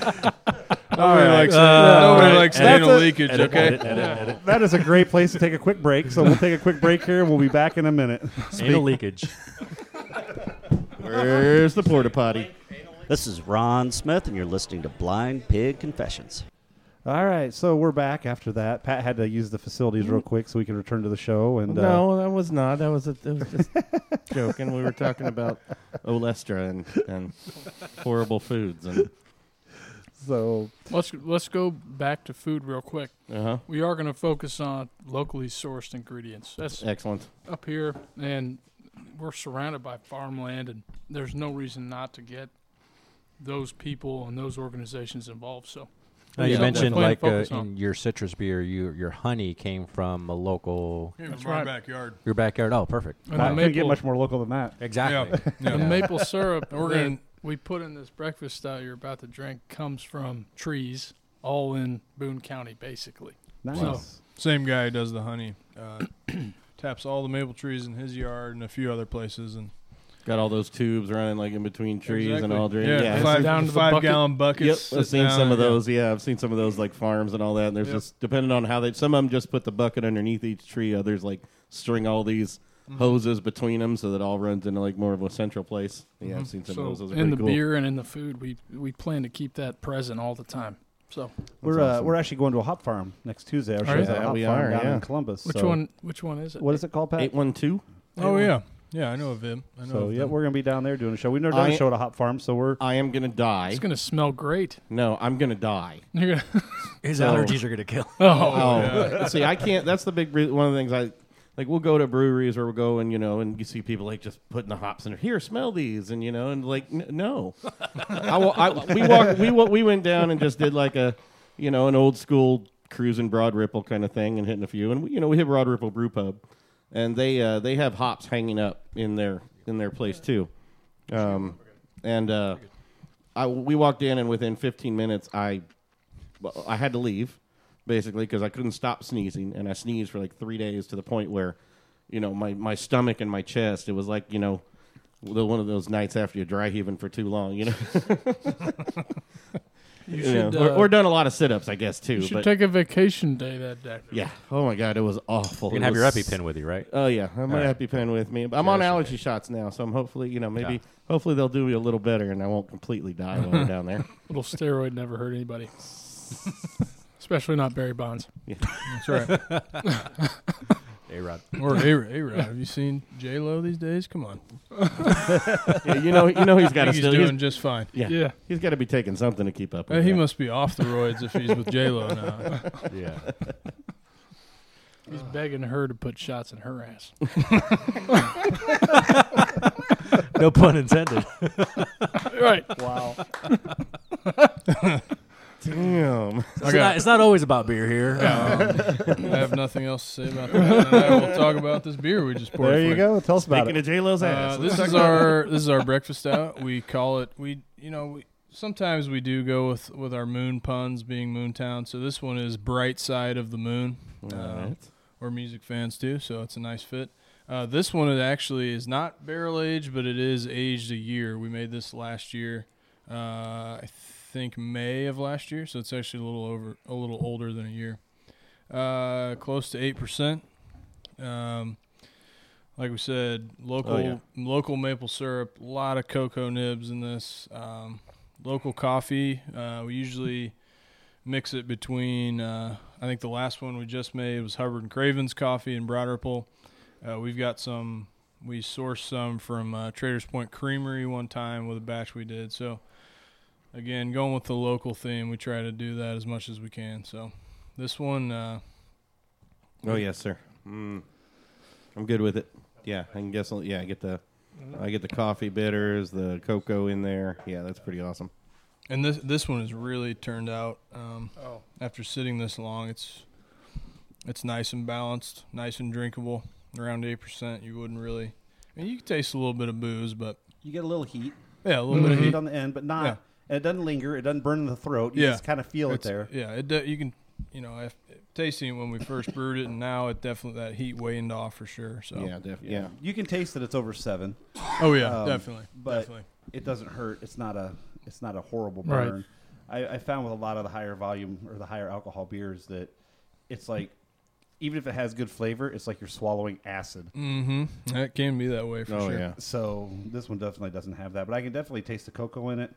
Speaker 3: Nobody likes
Speaker 5: uh,
Speaker 8: Uh,
Speaker 3: nobody likes
Speaker 2: That's
Speaker 3: anal
Speaker 2: a-
Speaker 3: leakage. Okay.
Speaker 2: that is a great place to take a quick break. So we'll take a quick break here, and we'll be back in a minute.
Speaker 5: anal leakage.
Speaker 4: Where's the porta potty?
Speaker 9: This is Ron Smith, and you're listening to Blind Pig Confessions.
Speaker 2: All right, so we're back after that. Pat had to use the facilities
Speaker 6: Mm.
Speaker 2: real quick so we could return to the show. And uh,
Speaker 4: No, that was not. That was a, that was just joking. We were talking about olestra and, and horrible foods and
Speaker 2: so
Speaker 6: Let's let's go back to food real quick.
Speaker 4: uh-huh.
Speaker 6: We are going to focus on locally sourced ingredients. That's
Speaker 4: excellent.
Speaker 6: up here and we're surrounded by farmland, and there's no reason not to get those people and those organizations involved. So
Speaker 5: Now
Speaker 6: Yeah.
Speaker 5: you mentioned
Speaker 6: Definitely
Speaker 5: like uh,
Speaker 6: focus on-
Speaker 5: in your citrus beer, you, your honey came from a local
Speaker 3: Came
Speaker 6: That's
Speaker 3: from our
Speaker 6: right.
Speaker 3: backyard.
Speaker 5: your backyard. Oh, perfect.
Speaker 6: And
Speaker 2: I
Speaker 6: the
Speaker 2: couldn't get
Speaker 6: maple-
Speaker 2: much more local than that.
Speaker 5: Exactly.
Speaker 3: Yeah.
Speaker 6: the
Speaker 5: Yeah.
Speaker 6: maple syrup
Speaker 3: And we're
Speaker 6: that
Speaker 3: gonna-
Speaker 6: we put in this breakfast style you're about to drink comes from trees, all in Boone County, basically.
Speaker 2: Nice.
Speaker 6: So-
Speaker 3: Same guy who does the honey. Uh, taps all the maple trees in his yard and a few other places, and
Speaker 4: Got all those tubes running like in between trees and
Speaker 3: Exactly.
Speaker 4: all drinking.
Speaker 3: Yeah,
Speaker 6: Yeah.
Speaker 3: five,
Speaker 6: Down to the
Speaker 3: five
Speaker 6: bucket.
Speaker 3: gallon
Speaker 4: Yep,
Speaker 3: buckets.
Speaker 4: I've
Speaker 3: sit
Speaker 4: seen
Speaker 3: down
Speaker 4: some of
Speaker 3: and- yeah.
Speaker 4: those. Yeah, I've seen some of those like farms and all that. And there's
Speaker 3: Yep.
Speaker 4: just depending on how they. Some of them just put the bucket underneath each tree. Others like string all these
Speaker 6: Mm-hmm.
Speaker 4: hoses between them so that all runs into like more of a central place. Yeah,
Speaker 3: Mm-hmm.
Speaker 4: I've seen some
Speaker 6: Mm-hmm. so
Speaker 4: of those. Those are
Speaker 6: in the
Speaker 4: pretty cool.
Speaker 6: beer and in the food, we we plan to keep that present all the time. So
Speaker 2: We're uh,
Speaker 4: awesome.
Speaker 2: we're actually going to a hop farm next Tuesday. Our
Speaker 6: Are
Speaker 2: show's
Speaker 6: you?
Speaker 2: at a
Speaker 4: Yeah,
Speaker 2: hop
Speaker 4: we
Speaker 2: farm
Speaker 4: are,
Speaker 2: down
Speaker 4: yeah.
Speaker 2: in Columbus.
Speaker 6: which
Speaker 2: so-
Speaker 6: one which one is it?
Speaker 2: What is it called, Pat?
Speaker 4: Eight one two.
Speaker 3: Oh yeah, yeah. I know of him. I know.
Speaker 2: So
Speaker 3: of
Speaker 2: yeah,
Speaker 3: them.
Speaker 2: we're gonna be down there doing a show. We've never done
Speaker 4: I-
Speaker 2: a show at a hop farm, so we're
Speaker 4: I am gonna die.
Speaker 6: It's gonna smell great.
Speaker 4: No, I'm gonna die.
Speaker 6: You're gonna,
Speaker 8: His
Speaker 4: So-
Speaker 8: allergies are gonna kill. him.
Speaker 6: oh,
Speaker 4: Oh, see, I can't. That's the big re- one of the things I like. We'll go to breweries or we'll go and you know, and you see people like just putting the hops in there. Here, smell these, and you know, and like n- no, I, wa- I- we walked, we wa- we went down and just did like a, you know, an old school cruising Broad Ripple kind of thing and hitting a few, and we, you know, we hit Broad Ripple Brew Pub, and they uh, they have hops hanging up in their in their place too, um, and uh, I we walked in and within 15 minutes I well, I had to leave basically because I couldn't stop sneezing, and I sneezed for like three days to the point where, you know, my my stomach and my chest. It was like you know, the one of those nights after you're dry heaving for too long, you know.
Speaker 6: you
Speaker 4: You know,
Speaker 6: should,
Speaker 4: or,
Speaker 6: uh,
Speaker 4: or done a lot of sit ups, I guess too.
Speaker 6: you should
Speaker 4: but
Speaker 6: take a vacation day that day.
Speaker 4: yeah, oh my god, it was awful.
Speaker 5: You can
Speaker 4: It
Speaker 5: have your
Speaker 4: was-
Speaker 5: EpiPen with you, right?
Speaker 4: Oh yeah, I have my
Speaker 5: Alright.
Speaker 4: EpiPen with me. But I'm on allergy shots now, so I'm hopefully you know maybe
Speaker 5: Yeah.
Speaker 4: hopefully they'll do me a little better, and I won't completely die while I'm down there.
Speaker 6: Little steroid never hurt anybody. Especially not Barry Bonds.
Speaker 3: that's right.
Speaker 5: Hey, Rod.
Speaker 3: or A Rod. Have you seen J Lo these days? Come on,
Speaker 4: Yeah, you know, you know he's got
Speaker 3: I
Speaker 4: to
Speaker 3: think he's
Speaker 4: still he's,
Speaker 3: doing just fine.
Speaker 4: yeah he's got to be taking something to keep up.
Speaker 3: Uh,
Speaker 4: With
Speaker 3: he
Speaker 4: that.
Speaker 3: must be off the roids if he's with J Lo now.
Speaker 5: Yeah.
Speaker 6: He's begging her to put shots in her ass.
Speaker 8: No pun intended.
Speaker 6: right. Wow.
Speaker 4: Damn.
Speaker 8: It's, not, it's not always about beer here.
Speaker 5: Uh,
Speaker 3: I have nothing else to say about that. And I will talk about this beer we just poured.
Speaker 2: there.
Speaker 3: for
Speaker 2: You go. Tell us about
Speaker 4: Speaking
Speaker 2: it.
Speaker 4: of J Lo's ass.
Speaker 3: Uh, this is our this is our breakfast out. We call it we you know we, sometimes we do go with with our moon puns being Moontown. So this one is bright side of the moon. Uh, We're music fans too, so it's a nice fit. Uh, this one it actually is not barrel aged, but it is aged a year. We made this last year, uh, I think May of last year, so it's actually a little over a little older than a year. Uh, close to eight percent. Um, like we said, local
Speaker 4: Oh, yeah.
Speaker 3: local maple syrup, a lot of cocoa nibs in this. Um, local coffee. Uh, we usually mix it between. Uh, I think the last one we just made was Hubbard and Craven's coffee in Broad Ripple. Uh, we've got some. We sourced some from uh, Traders Point Creamery one time with a batch we did. So, again, going with the local theme, we try to do that as much as we can. So, this one, uh,
Speaker 4: oh yes, sir. Mm. I'm good with it. Yeah, I can guess. I'll, yeah, I get the, I get the coffee bitters, the cocoa in there. Yeah, that's pretty awesome.
Speaker 3: and this this one is really turned out. Um,
Speaker 6: Oh.
Speaker 3: after sitting this long, it's it's nice and balanced, nice and drinkable. Around eight percent, you wouldn't really. I mean, you can taste a little bit of booze, but
Speaker 2: You get a little heat,
Speaker 3: yeah,
Speaker 2: a
Speaker 3: a little
Speaker 2: little
Speaker 3: bit of heat.
Speaker 2: heat on the end, but not.
Speaker 3: Yeah.
Speaker 2: And it doesn't linger. It doesn't burn in the throat. You
Speaker 3: Yeah.
Speaker 2: just kind of feel it
Speaker 3: It's-
Speaker 2: there.
Speaker 3: Yeah, it de- you can, you know, if, tasting it when we first brewed it, and now it definitely that heat waned off for sure. So,
Speaker 4: Oh, Yeah, definitely. Yeah.
Speaker 2: You can taste that it's over seven.
Speaker 3: oh yeah,
Speaker 2: Um,
Speaker 3: definitely,
Speaker 2: but-
Speaker 3: definitely.
Speaker 2: It doesn't hurt. It's not a. It's not a horrible
Speaker 6: Right.
Speaker 2: burn. I, I found with a lot of the higher volume or the higher alcohol beers that it's like, even if it has good flavor, it's like you're swallowing acid.
Speaker 3: Mm-hmm. It can be that way for
Speaker 4: Oh
Speaker 3: sure.
Speaker 4: yeah.
Speaker 2: So this one definitely doesn't have that, but I can definitely taste the cocoa in it.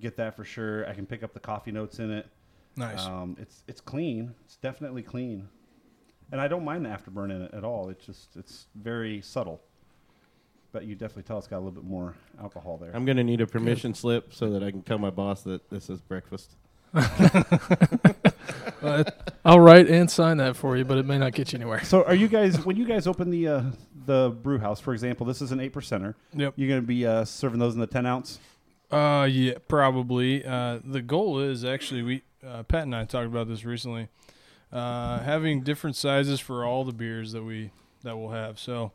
Speaker 2: Get that for sure. I can pick up the coffee notes in it.
Speaker 3: Nice.
Speaker 2: Um, it's it's clean. It's definitely clean, and I don't mind the afterburn in it at all. It's just it's very subtle, but you definitely tell it's got a little bit more alcohol there.
Speaker 4: I'm gonna need a permission slip so that I can tell my boss that this is breakfast.
Speaker 6: I'll write and sign that for you, but it may not get you anywhere.
Speaker 2: so are you guys when you guys open the uh, the brew house, for example, this is an eight percenter.
Speaker 3: Yep.
Speaker 2: You're going to be uh, serving those in the ten ounce.
Speaker 3: Uh, yeah, probably. Uh, the goal is actually we uh, Pat and I talked about this recently. Uh, having different sizes for all the beers that we that we'll have. So,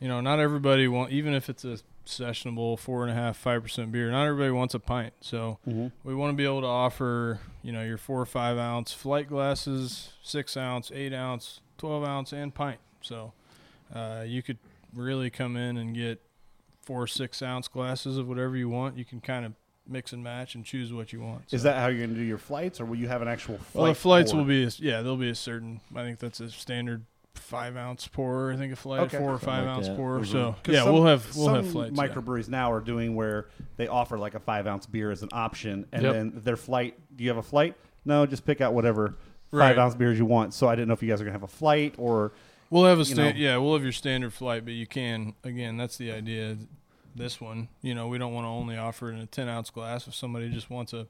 Speaker 3: you know, not everybody want even if it's a sessionable four and a half five percent beer. Not everybody wants a pint. So we want to be able to offer you know your four or five ounce flight glasses, six ounce, eight ounce, twelve ounce, and pint. So uh, you could really come in and get four six ounce glasses of whatever you want. You can kind of mix and match and choose what you want.
Speaker 2: Is
Speaker 3: So-
Speaker 2: that how you're going to do your flights, or will you have an actual? Flight
Speaker 3: well? The flights
Speaker 2: board?
Speaker 3: will be a, yeah, there'll be a certain. I think that's a standard five ounce pour. I think a flight
Speaker 2: Okay. Mm-hmm.
Speaker 3: four or five
Speaker 4: like
Speaker 3: ounce
Speaker 4: that.
Speaker 3: pour.
Speaker 4: Mhm.
Speaker 3: So
Speaker 2: 'Cause
Speaker 3: yeah,
Speaker 2: some-
Speaker 3: we'll have we'll
Speaker 2: some
Speaker 3: have flights. yeah.
Speaker 2: Microbreweries now are doing where they offer like a five ounce beer as an option, and
Speaker 3: Yep.
Speaker 2: then their flight. Do you have a flight? No, just pick out whatever
Speaker 3: Right.
Speaker 2: five ounce beers you want. So I didn't know if you guys are gonna have a flight or
Speaker 3: We'll have a
Speaker 2: you
Speaker 3: sta-
Speaker 2: know.
Speaker 3: yeah, we'll have your standard flight, but you can again. That's the idea. This one, you know, we don't want to only offer it in a ten ounce glass. If somebody just wants a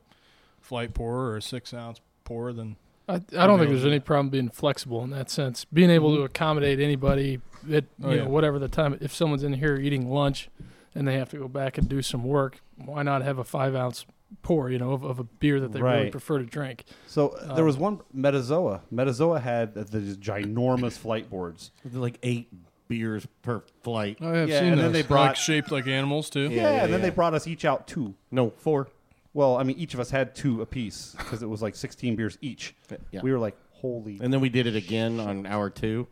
Speaker 3: flight pour or a six ounce pour, then
Speaker 10: I, I don't think
Speaker 3: able
Speaker 10: there's
Speaker 3: to-
Speaker 10: any problem being flexible in that sense. Being able to accommodate anybody at
Speaker 3: Mm-hmm. Oh,
Speaker 10: you
Speaker 3: yeah.
Speaker 10: know whatever the time. If someone's in here eating lunch, and they have to go back and do some work, why not have a five ounce pour? You know, of, of a beer that they really
Speaker 2: Right.
Speaker 10: prefer to drink.
Speaker 2: So uh, there was one Metazoa. Metazoa had the, the ginormous flight boards.
Speaker 4: like eight beers per flight.
Speaker 3: oh, yeah, I've
Speaker 2: Yeah,
Speaker 3: seen
Speaker 2: and then
Speaker 3: those.
Speaker 2: they
Speaker 3: Like,
Speaker 2: brought-
Speaker 3: shaped like animals too.
Speaker 2: Yeah, and then they brought us each out two.
Speaker 4: No, four.
Speaker 2: Well, I mean, each of us had two apiece because it was like 16 beers each.
Speaker 4: Yeah.
Speaker 2: We were like, holy.
Speaker 4: And then we did it again on hour two.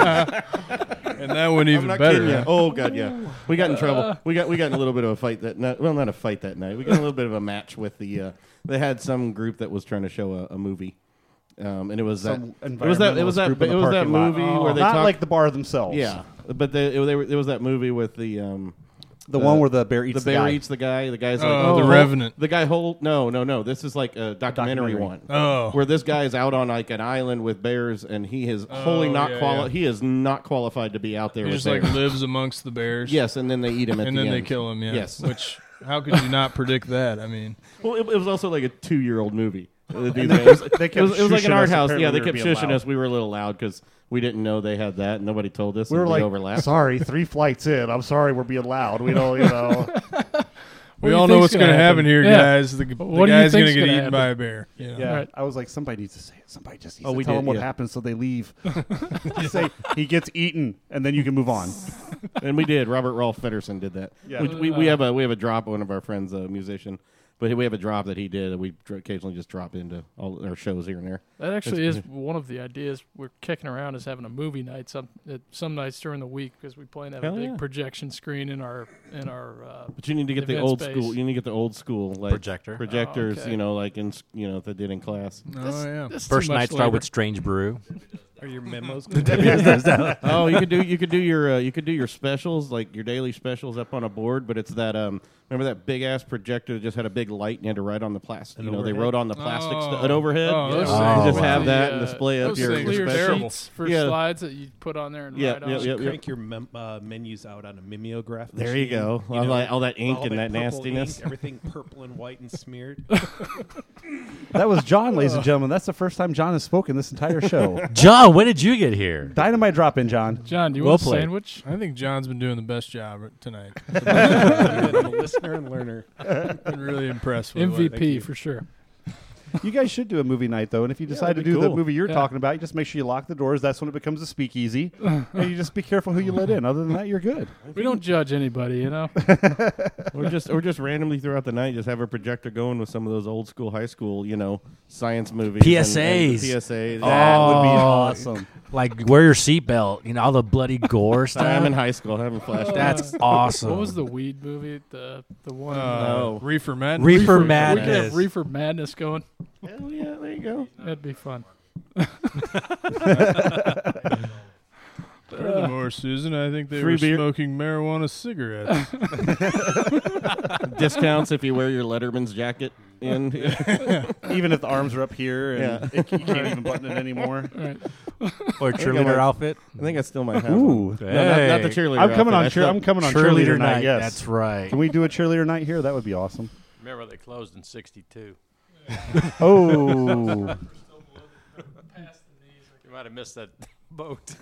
Speaker 3: and that went even better.
Speaker 4: you. Oh god, yeah. We got in trouble. We got we got in a little bit of a fight that night. Well, not a fight that night. We got in a little bit of a match with the. Uh, they had some group that was trying to show a, a movie, um, and it was
Speaker 2: Some
Speaker 4: that. It was that. It
Speaker 2: environmentalist
Speaker 4: was that.
Speaker 2: group in
Speaker 4: It
Speaker 2: the
Speaker 4: was that
Speaker 2: parking lot. Oh.
Speaker 4: movie where they
Speaker 2: Not
Speaker 4: talk.
Speaker 2: like the bar themselves.
Speaker 4: yeah, but they, it, they were, it was that movie with the. Um,
Speaker 2: The
Speaker 4: Uh,
Speaker 2: one where the bear eats
Speaker 4: the
Speaker 2: the,
Speaker 4: bear
Speaker 2: guy.
Speaker 4: eats the guy. The guy's like,
Speaker 3: Oh, The Revenant.
Speaker 4: The guy hold. No, no, no. This is like a documentary,
Speaker 2: Documentary.
Speaker 4: one.
Speaker 3: Oh.
Speaker 4: where this guy is out on like an island with bears, and he is wholly not
Speaker 3: Oh, yeah,
Speaker 4: quali-
Speaker 3: yeah.
Speaker 4: He is not qualified to be out there.
Speaker 3: He
Speaker 4: with
Speaker 3: just like
Speaker 4: bears.
Speaker 3: lives amongst the bears.
Speaker 4: yes, and then they eat him, at
Speaker 3: and
Speaker 4: the
Speaker 3: then they
Speaker 4: end.
Speaker 3: kill him. Yeah.
Speaker 4: Yes.
Speaker 3: Which how could you not predict that? I mean,
Speaker 4: Well, it, it was also like a two-year-old movie. Uh, The dude
Speaker 2: they
Speaker 4: was-
Speaker 2: kept- they
Speaker 4: it was, it was like
Speaker 2: shushing
Speaker 4: an art
Speaker 2: us.
Speaker 4: house.
Speaker 2: Apparently
Speaker 4: Yeah, they
Speaker 2: we were
Speaker 4: kept
Speaker 2: being
Speaker 4: shushing
Speaker 2: loud.
Speaker 4: us. We were a little loud because we didn't know they had that, and nobody told us.
Speaker 2: We were
Speaker 4: and
Speaker 2: like,
Speaker 4: overlapped.
Speaker 2: sorry, three flights in. I'm sorry, we're being loud. We don't, you know.
Speaker 3: we
Speaker 10: do you
Speaker 3: all know
Speaker 10: think's
Speaker 3: what's
Speaker 10: gonna
Speaker 3: going to happen
Speaker 10: happen?
Speaker 3: here,
Speaker 10: Yeah.
Speaker 3: guys. The, the
Speaker 10: What do you
Speaker 3: guy's going to
Speaker 10: think's
Speaker 3: get
Speaker 10: gonna
Speaker 3: eaten
Speaker 10: happen?
Speaker 3: by a bear. you know?
Speaker 2: yeah,
Speaker 10: Right.
Speaker 2: I was like, somebody needs to say it. Somebody just needs
Speaker 4: Oh,
Speaker 2: to
Speaker 4: we
Speaker 2: tell
Speaker 4: did,
Speaker 2: them what
Speaker 4: yeah.
Speaker 2: happens so they leave. You say he gets eaten, and then you can move on.
Speaker 4: and we did. Robert Rolf Federson did that.
Speaker 2: Yeah.
Speaker 4: We, we,
Speaker 3: Uh.
Speaker 4: we have a we have a drop. One of our friends, a musician, but we have a drop that he did. that We dr- occasionally just drop into all our shows here and there.
Speaker 10: That actually is one of the ideas we're kicking around is having a movie night some at some nights during the week because we plan to have a
Speaker 4: Hell
Speaker 10: big
Speaker 4: yeah.
Speaker 10: projection screen in our in our uh,
Speaker 3: Oh,
Speaker 4: But you need to get the
Speaker 10: Event
Speaker 4: old
Speaker 10: space.
Speaker 4: school. You need to get the old school like
Speaker 5: Projector.
Speaker 4: projectors.
Speaker 10: Oh, okay.
Speaker 4: You know, like in s- you know that they did in class.
Speaker 3: Oh yeah.
Speaker 10: this is too
Speaker 5: First
Speaker 10: much
Speaker 5: night start
Speaker 10: labor.
Speaker 5: with Strange Brew.
Speaker 3: Are your memos?
Speaker 4: oh, you could do you could do your uh, you could do your specials like your daily specials up on a board, but it's that um remember that big ass projector that just had a big light and you had to write on the plastic. You know they wrote on the plastic stu-
Speaker 3: Oh.
Speaker 4: an overhead.
Speaker 3: Oh, those
Speaker 4: Yeah.
Speaker 5: things
Speaker 4: just
Speaker 5: are
Speaker 4: have
Speaker 5: crazy.
Speaker 4: that
Speaker 10: The,
Speaker 4: and
Speaker 10: uh,
Speaker 4: display up
Speaker 10: those
Speaker 4: your,
Speaker 3: things are
Speaker 4: your
Speaker 10: clear
Speaker 3: terrible.
Speaker 10: sheets for
Speaker 4: Yeah.
Speaker 10: slides that you put on there and
Speaker 4: Yeah,
Speaker 10: write on.
Speaker 4: yeah, yeah.
Speaker 10: it.
Speaker 4: Yep, yep.
Speaker 11: crank your mem- uh, menus out on a mimeograph.
Speaker 4: There you
Speaker 11: machine,
Speaker 4: go. All that- all that ink and that
Speaker 11: purple
Speaker 4: nastiness.
Speaker 11: ink, everything purple and white and smeared.
Speaker 2: That was John, ladies and gentlemen. That's the first time John has spoken this entire show.
Speaker 8: John, when did you get here?
Speaker 2: Dynamite drop in, John.
Speaker 10: John, do you
Speaker 8: Well
Speaker 10: want a
Speaker 8: played.
Speaker 10: sandwich?
Speaker 3: I think John's been doing the best job tonight.
Speaker 11: You've been a listener and learner.
Speaker 3: Been really impressed with what-
Speaker 10: MVP for sure.
Speaker 2: You guys should do a movie night though, and if you decide to
Speaker 4: that'd
Speaker 2: do
Speaker 4: be
Speaker 2: the
Speaker 4: cool.
Speaker 2: movie you're
Speaker 10: Yeah.
Speaker 2: talking about, you just make sure you lock the doors. That's when it becomes a speakeasy, and you just be careful who you let in. Other than that, you're good.
Speaker 10: We don't judge anybody, you know.
Speaker 4: or just or just randomly throughout the night, just have a projector going with some of those old school high school, you know, science movies. and- and
Speaker 8: PSAs.
Speaker 4: PSA.
Speaker 2: That would be
Speaker 8: Oh.
Speaker 2: awesome.
Speaker 8: Like wear your seatbelt, you know, all the bloody gore stuff.
Speaker 4: I'm in high school. I haven't flashed. that.
Speaker 8: That's awesome.
Speaker 10: what was the weed movie? The the one.
Speaker 3: Uh,
Speaker 4: No.
Speaker 3: Reefer Madness.
Speaker 8: Reefer
Speaker 10: We could
Speaker 8: Madness?
Speaker 10: have reefer madness going.
Speaker 4: Hell yeah, there you go.
Speaker 10: That'd be fun.
Speaker 3: Furthermore, Susan, I think they
Speaker 4: Free
Speaker 3: were
Speaker 4: beer.
Speaker 3: smoking marijuana cigarettes.
Speaker 4: Discounts if you wear your Letterman's jacket in.
Speaker 2: Even if the arms are up here and it, you can't even button it anymore.
Speaker 8: or
Speaker 4: I
Speaker 8: cheerleader
Speaker 4: might-
Speaker 8: outfit?
Speaker 4: I think I still might have. one.
Speaker 2: Ooh,
Speaker 4: No, not, not
Speaker 8: Hey.
Speaker 4: the cheerleader.
Speaker 2: I'm coming on.
Speaker 4: outfit. I
Speaker 2: Cheer-
Speaker 4: still-
Speaker 2: I'm coming on cheerleader, night. Yes,
Speaker 8: That's right.
Speaker 2: Can we do a cheerleader night here? That would be awesome.
Speaker 7: Remember, they closed in '62.
Speaker 2: Oh,
Speaker 7: You might have missed that boat.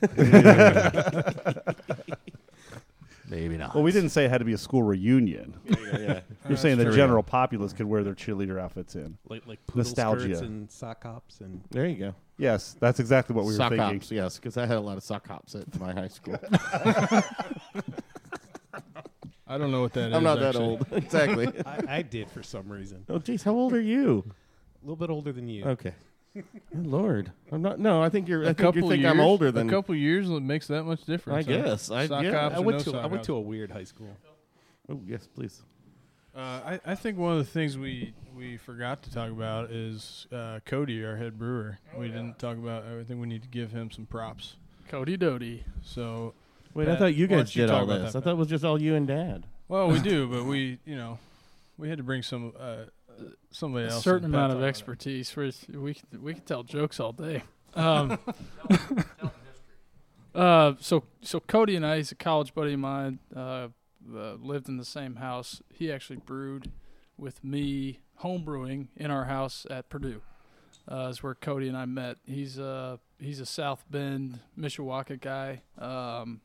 Speaker 5: Maybe not.
Speaker 2: Well, we didn't say it had to be a school reunion.
Speaker 5: yeah, yeah.
Speaker 2: You're
Speaker 11: That's
Speaker 2: saying the
Speaker 11: true.
Speaker 2: general populace could wear their cheerleader outfits in.
Speaker 11: Like- like poodle skirts
Speaker 2: nostalgia.
Speaker 11: and sock hops and-
Speaker 4: There you go.
Speaker 2: Yes, that's exactly what we were
Speaker 4: sock
Speaker 2: thinking.
Speaker 4: hops, yes, because I had a lot of sock hops at my high school.
Speaker 3: I don't know what that is,
Speaker 4: I'm not that
Speaker 3: actually.
Speaker 4: old. exactly.
Speaker 11: I, I did for some reason.
Speaker 4: Oh, jeez, how old are you?
Speaker 11: A little bit older than you.
Speaker 2: Uh,
Speaker 4: Okay. Good Lord, I'm not. No, I think you're. I
Speaker 3: A
Speaker 4: think
Speaker 3: couple
Speaker 4: you think
Speaker 3: years,
Speaker 4: I'm older than.
Speaker 3: a couple years. It makes that much
Speaker 4: I
Speaker 3: difference. huh?
Speaker 4: guess. I,
Speaker 3: Sock
Speaker 4: yeah.
Speaker 3: hops
Speaker 11: I
Speaker 3: or
Speaker 11: went
Speaker 3: no
Speaker 11: to
Speaker 3: sock
Speaker 11: I went
Speaker 3: hops?
Speaker 11: to a weird high school.
Speaker 4: Oh yes, please.
Speaker 3: Uh, I, I think one of the things we, we forgot to talk about is uh, Cody, our head brewer. we didn't talk about. I think we need to give him some props.
Speaker 6: Cody Doty.
Speaker 3: So
Speaker 4: Wait, I
Speaker 3: Pat,
Speaker 4: thought you
Speaker 3: why don't
Speaker 4: guys did
Speaker 3: talk
Speaker 4: all
Speaker 3: about
Speaker 4: this.
Speaker 3: that,
Speaker 4: I thought it was just all you and Dad.
Speaker 3: Well, we do, but we, you know, we had to bring some uh, uh, somebody
Speaker 6: A
Speaker 3: else.
Speaker 6: certain
Speaker 3: and Pat
Speaker 6: amount of
Speaker 3: talked about
Speaker 6: expertise. We're, we could- we could tell jokes all day. Um, uh, so so Cody and I, he's a college buddy of mine. Uh, uh, lived in the same house. He actually brewed with me home brewing in our house at Purdue. Uh, is where Cody and I met. He's a he's a South Bend Mishawaka guy. Um,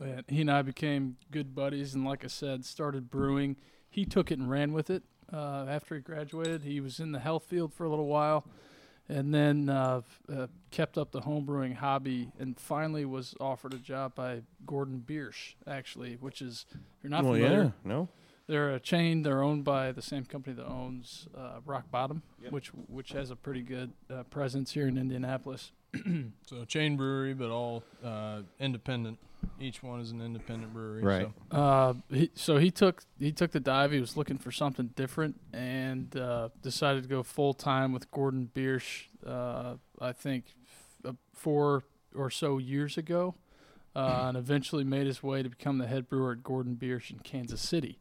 Speaker 6: and he and I became good buddies, and like I said, started brewing. He took it and ran with it. Uh, after he graduated, he was in the health field for a little while, and then uh, f- uh, kept up the home brewing hobby, and finally was offered a job by Gordon Biersch, actually, which is if you're not
Speaker 4: Well,
Speaker 6: familiar,
Speaker 4: yeah, no.
Speaker 6: they're a chain. They're owned by the same company that owns uh, Rock Bottom, which which has a pretty good uh, presence here in Indianapolis.
Speaker 3: it. So chain brewery, but all uh, independent. Each one is an independent brewery.
Speaker 4: Right.
Speaker 3: So.
Speaker 6: Uh, he, so he took he took the dive. He was looking for something different and uh, decided to go full time with Gordon Biersch. Uh, I think f- uh, four or so years ago, uh, and eventually made his way to become the head brewer at Gordon Biersch in Kansas City.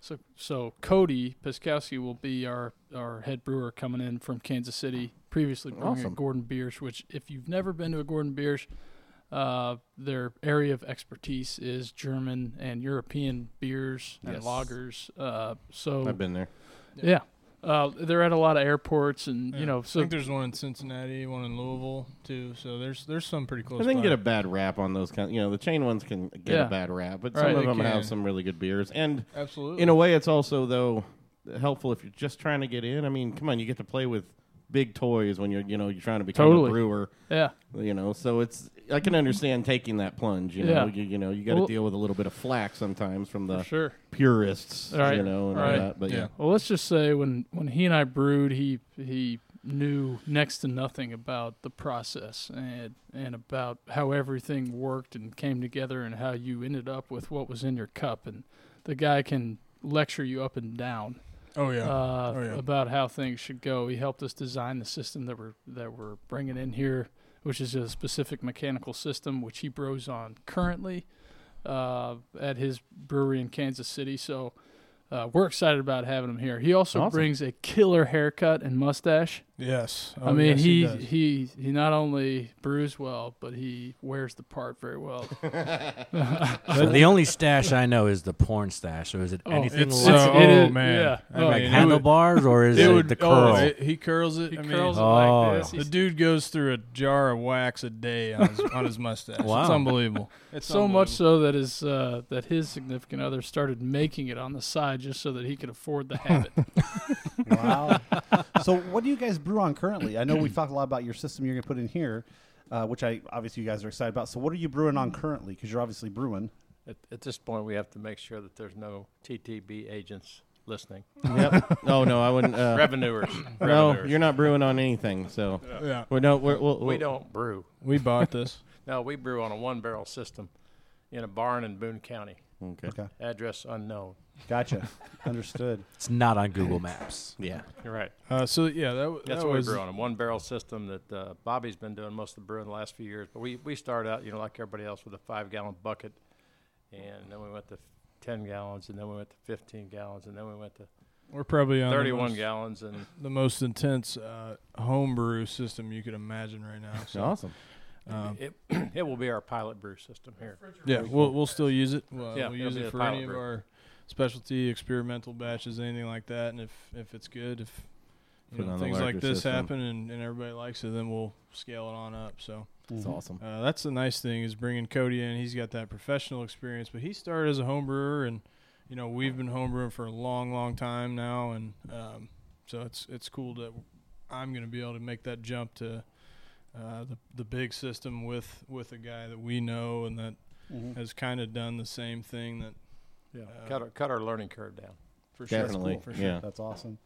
Speaker 6: So so Cody Piskowski will be our our head brewer coming in from Kansas City. Previously brewing
Speaker 4: Awesome.
Speaker 6: at Gordon Biersch, which if you've never been to a Gordon Biersch, uh, their area of expertise is German and European beers and
Speaker 4: Yes.
Speaker 6: lagers. Uh, so
Speaker 4: I've been there.
Speaker 6: Yeah, uh, they're at a lot of airports, and
Speaker 3: Yeah.
Speaker 6: you know,
Speaker 3: I
Speaker 6: so
Speaker 3: think there's one in Cincinnati, one in Louisville too. So there's there's some pretty close.
Speaker 4: And they can get
Speaker 3: by.
Speaker 4: a bad rap on those kind. You know, the chain ones can get
Speaker 6: Yeah.
Speaker 4: a bad rap, but
Speaker 6: Right.
Speaker 4: some of
Speaker 6: They
Speaker 4: them
Speaker 3: can.
Speaker 4: have some really good beers. And
Speaker 3: Absolutely.
Speaker 4: in a way, it's also though helpful if you're just trying to get in. I mean, come on, you get to play with big toys when you're you know you're trying to become
Speaker 6: Totally.
Speaker 4: a brewer.
Speaker 6: yeah.
Speaker 4: You know, so it's I can understand taking that plunge. You
Speaker 6: Yeah.
Speaker 4: know, you, you know, you got to
Speaker 6: Well-
Speaker 4: deal with a little bit of flack sometimes from the
Speaker 6: sure.
Speaker 4: purists.
Speaker 6: All right.
Speaker 4: You know, and
Speaker 6: All right.
Speaker 4: all that. But yeah.
Speaker 3: Yeah.
Speaker 6: Well, let's just say when when he and I brewed, he he knew next to nothing about the process and and about how everything worked and came together and how you ended up with what was in your cup. And the guy can lecture you up and down.
Speaker 3: Oh yeah.
Speaker 6: uh,
Speaker 3: Oh, yeah.
Speaker 6: about how things should go. He helped us design the system that we're that we're bringing in here, which is a specific mechanical system which he brews on currently uh, at his brewery in Kansas City. So uh, we're excited about having him here. He also
Speaker 4: Awesome.
Speaker 6: brings a killer haircut and mustache.
Speaker 3: yes.
Speaker 6: I
Speaker 3: Oh,
Speaker 6: mean,
Speaker 3: yes,
Speaker 6: he,
Speaker 3: does.
Speaker 6: he he not only brews well, but he wears the part very well.
Speaker 5: So the only stash I know is the porn stash. So is it
Speaker 6: Oh,
Speaker 5: anything
Speaker 3: It's
Speaker 5: like,
Speaker 3: so,
Speaker 6: it
Speaker 3: oh
Speaker 6: is-
Speaker 3: man.
Speaker 6: yeah.
Speaker 3: I
Speaker 5: like
Speaker 3: mean, it would-
Speaker 5: handlebars or is it, the curl?
Speaker 3: Oh, it- he curls it.
Speaker 6: He
Speaker 3: I mean,
Speaker 6: curls it
Speaker 5: Oh.
Speaker 6: like this.
Speaker 3: The
Speaker 6: He's
Speaker 3: dude goes through a jar of wax a day on his, on his mustache.
Speaker 5: Wow.
Speaker 3: It's unbelievable. It's
Speaker 6: so much so that his uh, that his significant other started making it on the side just so that he could afford to have it.
Speaker 2: Wow. so, what do you guys brew on currently? I know we've talked a lot about your system you're going to put in here, uh, which I obviously you guys are excited about. So, what are you brewing on currently? Because you're obviously brewing.
Speaker 7: At, at this point, we have to make sure that there's no TTB agents listening.
Speaker 4: Yep. Oh no, I wouldn't. Uh,
Speaker 7: Revenuers.
Speaker 4: no,
Speaker 7: Revenuers.
Speaker 4: you're not brewing on anything. So
Speaker 3: Yeah.
Speaker 4: we're no, we're, we'll,
Speaker 7: we don't brew.
Speaker 3: We bought this.
Speaker 7: No, we brew on a one barrel system in a barn in Boone County.
Speaker 4: Okay.
Speaker 2: Okay.
Speaker 7: Address unknown.
Speaker 2: Gotcha. Understood.
Speaker 5: It's not on Google Maps.
Speaker 4: Yeah.
Speaker 7: You're right.
Speaker 3: Uh, so yeah, that, w-
Speaker 7: That's
Speaker 3: that
Speaker 7: what we
Speaker 3: was
Speaker 7: brew on a one barrel system that uh, Bobby's been doing most of the brewing the last few years. But we, we started out, you know, like everybody else, with a five gallon bucket, and then we went to f- ten gallons, and then we went to fifteen gallons, and then we went to
Speaker 3: We're probably on the
Speaker 7: thirty one
Speaker 3: most-
Speaker 7: gallons, and
Speaker 3: The most intense uh, homebrew system you could imagine right now. So,
Speaker 4: Awesome.
Speaker 3: um,
Speaker 7: it it will be our pilot brew system here.
Speaker 3: yeah, we'll we'll still use it. We'll,
Speaker 7: Yeah,
Speaker 3: we'll
Speaker 7: it'll
Speaker 3: use
Speaker 7: be
Speaker 3: it
Speaker 7: a
Speaker 3: for
Speaker 7: pilot
Speaker 3: any of
Speaker 7: brew.
Speaker 3: our specialty experimental batches, anything like that. And if if it's good, if you
Speaker 4: Put
Speaker 3: know,
Speaker 4: on a
Speaker 3: things like
Speaker 4: larger
Speaker 3: this
Speaker 4: system.
Speaker 3: happen and, and everybody likes it, then we'll scale it on up. So
Speaker 4: That's Mhm. awesome.
Speaker 3: Uh, that's the nice thing is bringing Cody in. He's got that professional experience, but he started as a home brewer, and you know we've been home brewing for a long, long time now, and um, so it's it's cool that I'm going to be able to make that jump to uh, the the big system with with a guy that we know and that has kind of done the same thing that
Speaker 7: Yeah.
Speaker 3: uh,
Speaker 7: Cut our, cut our learning curve down.
Speaker 3: for sure. That's
Speaker 4: Definitely,
Speaker 3: cool, for sure.
Speaker 4: yeah.
Speaker 2: That's awesome.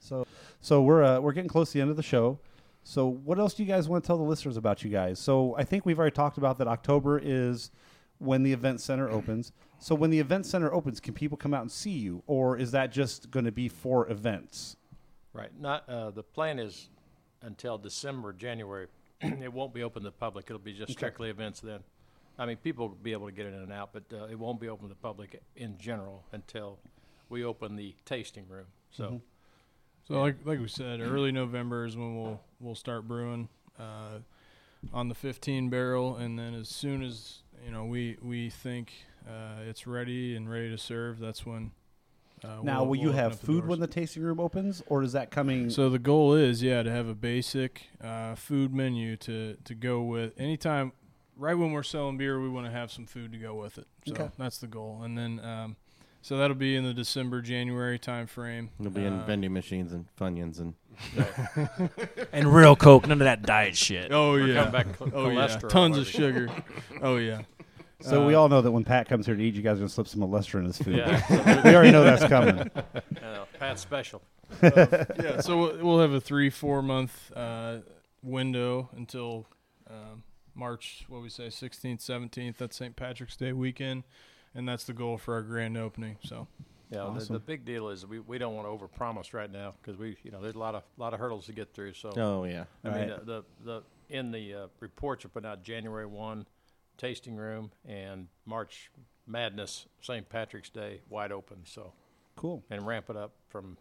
Speaker 2: So, so we're uh, we're getting close to the end of the show. So, what else do you guys want to tell the listeners about you guys? So, I think we've already talked about that. October is when the event center opens. So, when the event center opens, can people come out and see you, or is that just going to be for events?
Speaker 7: Right. Not, uh, the plan is until December, January, it won't be open to the public. It'll be just strictly events then. I mean, people will be able to get in and out, but uh, it won't be open to the public in general until we open the tasting room. So
Speaker 3: Mhm. So like like we said, early November is when we'll we'll start brewing uh, on the 15 barrel, and then as soon as you know we we think uh, it's ready and ready to serve, that's when. Uh,
Speaker 2: now,
Speaker 3: we'll-
Speaker 2: will you
Speaker 3: we'll open
Speaker 2: have
Speaker 3: up the
Speaker 2: food
Speaker 3: doors.
Speaker 2: when the tasting room opens, or is that coming?
Speaker 3: So the goal is, yeah, to have a basic uh, food menu to to go with anytime. Right when we're selling beer, we want to have some food to go with it. So
Speaker 2: Okay.
Speaker 3: that's the goal, and then um, so that'll be in the December January time frame.
Speaker 4: It'll be in
Speaker 3: Uh,
Speaker 4: vending machines and funyuns and
Speaker 8: And real Coke, none of that diet shit.
Speaker 3: Oh
Speaker 7: Or
Speaker 3: yeah,
Speaker 7: come back cl-
Speaker 3: oh yeah,
Speaker 7: cholesterol
Speaker 3: tons of
Speaker 7: already.
Speaker 3: sugar. oh yeah.
Speaker 2: so
Speaker 3: Uh,
Speaker 2: we all know that when Pat comes here to eat, you guys are going to slip some molester in his food.
Speaker 7: Yeah.
Speaker 2: we already know that's coming.
Speaker 7: Uh, Pat's special.
Speaker 3: Uh, yeah, so we'll, we'll have a three four month uh, window until um, March. What we say, sixteenth, seventeenth. That's St. Patrick's Day weekend, and that's the goal for our grand opening. So
Speaker 7: Yeah, the,
Speaker 2: Awesome.
Speaker 7: the big deal is we, we don't want to overpromise right now because we you know there's a lot of lot of hurdles to get through. So
Speaker 4: Oh, yeah.
Speaker 7: I mean
Speaker 2: Right.
Speaker 7: the, the the in the uh, reports are put out January one, tasting room and March Madness St. Patrick's Day wide open. So
Speaker 2: Cool.
Speaker 7: and ramp it up from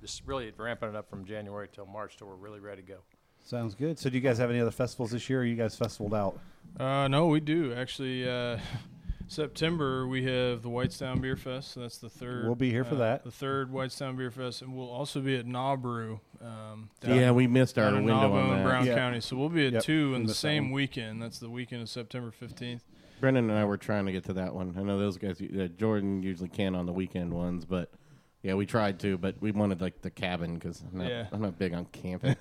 Speaker 7: just really ramping it up from January till March till we're really ready to go.
Speaker 2: Sounds good. So, do you guys have any other festivals this year? Or are you guys festivaled out?
Speaker 3: Uh, no, we do actually. Uh, September we have the Whitestown Beer Fest. So that's the third.
Speaker 2: We'll be here for
Speaker 3: uh,
Speaker 2: that.
Speaker 3: The third Whitestown Beer Fest, and we'll also be at Nabru. Um,
Speaker 4: Yeah, we missed
Speaker 3: down
Speaker 4: our
Speaker 3: in
Speaker 4: window
Speaker 3: Navajo
Speaker 4: on
Speaker 3: and
Speaker 4: that.
Speaker 3: Brown
Speaker 2: Yeah.
Speaker 3: County, so we'll be at
Speaker 2: Yep,
Speaker 3: two
Speaker 2: we
Speaker 3: in the
Speaker 2: missed that
Speaker 3: same
Speaker 2: one.
Speaker 3: weekend. That's the weekend of September fifteenth.
Speaker 4: Brendan and I were trying to get to that one. I know those guys. Uh, Jordan usually can on the weekend ones, but yeah, we tried to, but we wanted like the cabin because I'm, not-
Speaker 3: Yeah.
Speaker 4: I'm not big on camping.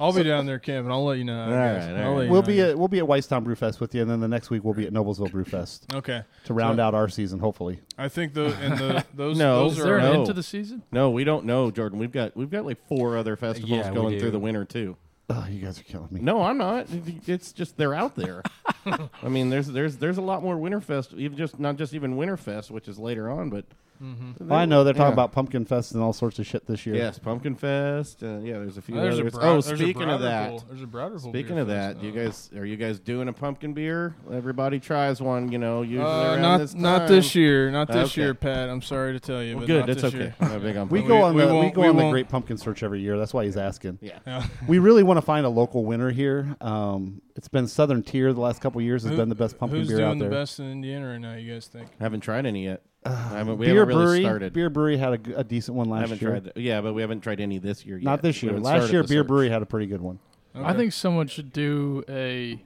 Speaker 3: I'll be down there camping. I'll let you know. how it
Speaker 4: All
Speaker 3: goes.
Speaker 4: right,
Speaker 3: I'll
Speaker 4: all right.
Speaker 3: let you
Speaker 2: We'll
Speaker 3: know.
Speaker 2: be at we'll be at Whitestown Brewfest with you, and then the next week we'll be at Noblesville Brewfest
Speaker 3: okay.
Speaker 2: to round
Speaker 3: So-
Speaker 2: out our season, hopefully.
Speaker 3: I think the and the those
Speaker 4: No,
Speaker 3: those
Speaker 4: is
Speaker 3: are
Speaker 4: there
Speaker 6: They're
Speaker 3: our-
Speaker 4: No.
Speaker 6: into the season.
Speaker 4: no, we don't know, Jordan. We've got we've got like four other festivals
Speaker 5: Yeah, we
Speaker 4: going
Speaker 5: do.
Speaker 4: through the winter too.
Speaker 2: Oh, you guys are killing me.
Speaker 4: No, I'm not. It's just they're out there. I mean, there's there's there's a lot more Winterfest, even just not just even Winterfest, which is later on, but
Speaker 2: I know they're talking
Speaker 4: Yeah.
Speaker 2: about Pumpkin Fest and all sorts of shit this year.
Speaker 4: Yes, Pumpkin Fest. Uh, yeah, there's a few
Speaker 3: Oh, there's a
Speaker 4: others.
Speaker 3: Brou-
Speaker 4: oh,
Speaker 3: there's a
Speaker 4: speaking
Speaker 3: Browderpool-
Speaker 4: of that,
Speaker 3: there's a Browderpool
Speaker 4: Speaking
Speaker 3: beer
Speaker 4: of that,
Speaker 3: fest,
Speaker 4: do you
Speaker 3: uh,
Speaker 4: guys are you guys doing a pumpkin beer? Everybody tries one, you know. Usually
Speaker 3: Uh,
Speaker 4: around
Speaker 3: not
Speaker 4: this
Speaker 3: not
Speaker 4: time.
Speaker 3: this year, not this
Speaker 4: Okay.
Speaker 3: year, Pat. I'm sorry to tell you,
Speaker 4: Well,
Speaker 3: but
Speaker 4: good,
Speaker 3: not
Speaker 4: that's
Speaker 3: this
Speaker 4: okay.
Speaker 3: year.
Speaker 4: I'm not big on
Speaker 2: We
Speaker 4: pumpkin.
Speaker 2: go on
Speaker 3: we
Speaker 2: the we
Speaker 3: won't-
Speaker 2: go
Speaker 3: we
Speaker 2: on the
Speaker 3: won't-
Speaker 2: Great Pumpkin Search every year. That's why he's asking.
Speaker 4: Yeah.
Speaker 2: We really want to find a local winner here. Um, it's been Southern Tier the last couple of years has
Speaker 3: Who-
Speaker 2: been the best pumpkin
Speaker 3: Who's
Speaker 2: beer
Speaker 3: doing
Speaker 2: out there.
Speaker 3: the best in Indiana right now? You guys think?
Speaker 4: I haven't tried any yet. I haven't, we
Speaker 2: Uh, beer
Speaker 4: haven't really
Speaker 2: brewery,
Speaker 4: started.
Speaker 2: beer brewery had a g- a, decent one
Speaker 4: I
Speaker 2: last
Speaker 4: haven't
Speaker 2: year.
Speaker 4: tried. Yeah, but we haven't tried any this year yet.
Speaker 2: Not this
Speaker 4: We
Speaker 2: year.
Speaker 4: haven't
Speaker 2: Last
Speaker 4: started
Speaker 2: year,
Speaker 4: the
Speaker 2: beer
Speaker 4: search.
Speaker 2: brewery had a pretty good one.
Speaker 3: Okay.
Speaker 6: I think someone should do a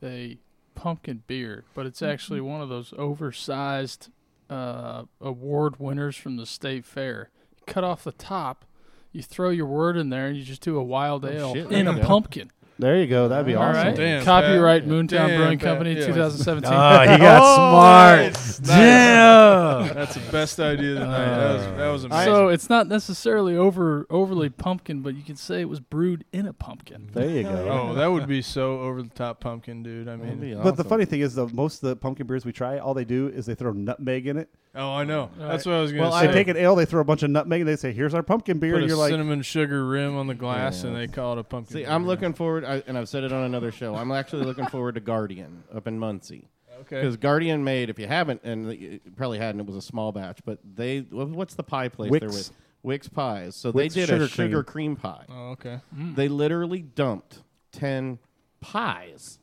Speaker 6: a pumpkin beer, but it's
Speaker 3: Mm-hmm.
Speaker 6: actually one of those oversized uh, award winners from the state fair. You cut off the top, you throw your word in there, and you just do a wild
Speaker 4: Oh,
Speaker 6: ale
Speaker 4: shit, there
Speaker 6: in
Speaker 4: you
Speaker 6: a
Speaker 4: go.
Speaker 6: pumpkin.
Speaker 2: There you go. That'd be
Speaker 6: All
Speaker 2: awesome. Ah,
Speaker 6: right,
Speaker 3: Damn,
Speaker 6: copyright
Speaker 4: Pat.
Speaker 6: Moontown
Speaker 3: Damn,
Speaker 6: Brewing
Speaker 3: Pat.
Speaker 6: Company,
Speaker 3: Yeah.
Speaker 6: 2017.
Speaker 8: Oh, he got smart. Damn.
Speaker 3: That's the best idea tonight. that was that was amazing.
Speaker 6: so it's not necessarily over overly pumpkin, but you could say it was brewed in a pumpkin.
Speaker 2: There you go.
Speaker 3: oh, that would be so over the top pumpkin, dude. I
Speaker 4: That'd be
Speaker 3: mean,
Speaker 2: But the
Speaker 4: awesome.
Speaker 2: funny thing is, though, most of the pumpkin beers we try, all they do is they throw nutmeg in it.
Speaker 3: oh, I know. That's what I was gonna
Speaker 4: Well,
Speaker 3: say.
Speaker 4: I
Speaker 2: They take an ale, they throw a bunch of nutmeg, and they say, "Here's our pumpkin beer."
Speaker 3: Put
Speaker 2: and
Speaker 3: a
Speaker 2: you're like,
Speaker 3: cinnamon sugar rim on the glass,
Speaker 4: Yeah.
Speaker 3: and they call it a pumpkin.
Speaker 4: See,
Speaker 3: beer.
Speaker 4: I'm looking forward, I, and I've said it on another show. I'm actually looking forward to Guardian up in Muncie.
Speaker 3: Okay.
Speaker 4: Because Guardian made, if you haven't, and you probably hadn't, it was a small batch, but they, wh- what's the pie place they're
Speaker 2: Wix.
Speaker 4: with? Wix Pies. So
Speaker 2: Wix
Speaker 4: they did a
Speaker 2: sugar cream.
Speaker 4: sugar cream, pie.
Speaker 3: Oh, okay.
Speaker 4: They literally dumped 10 pies.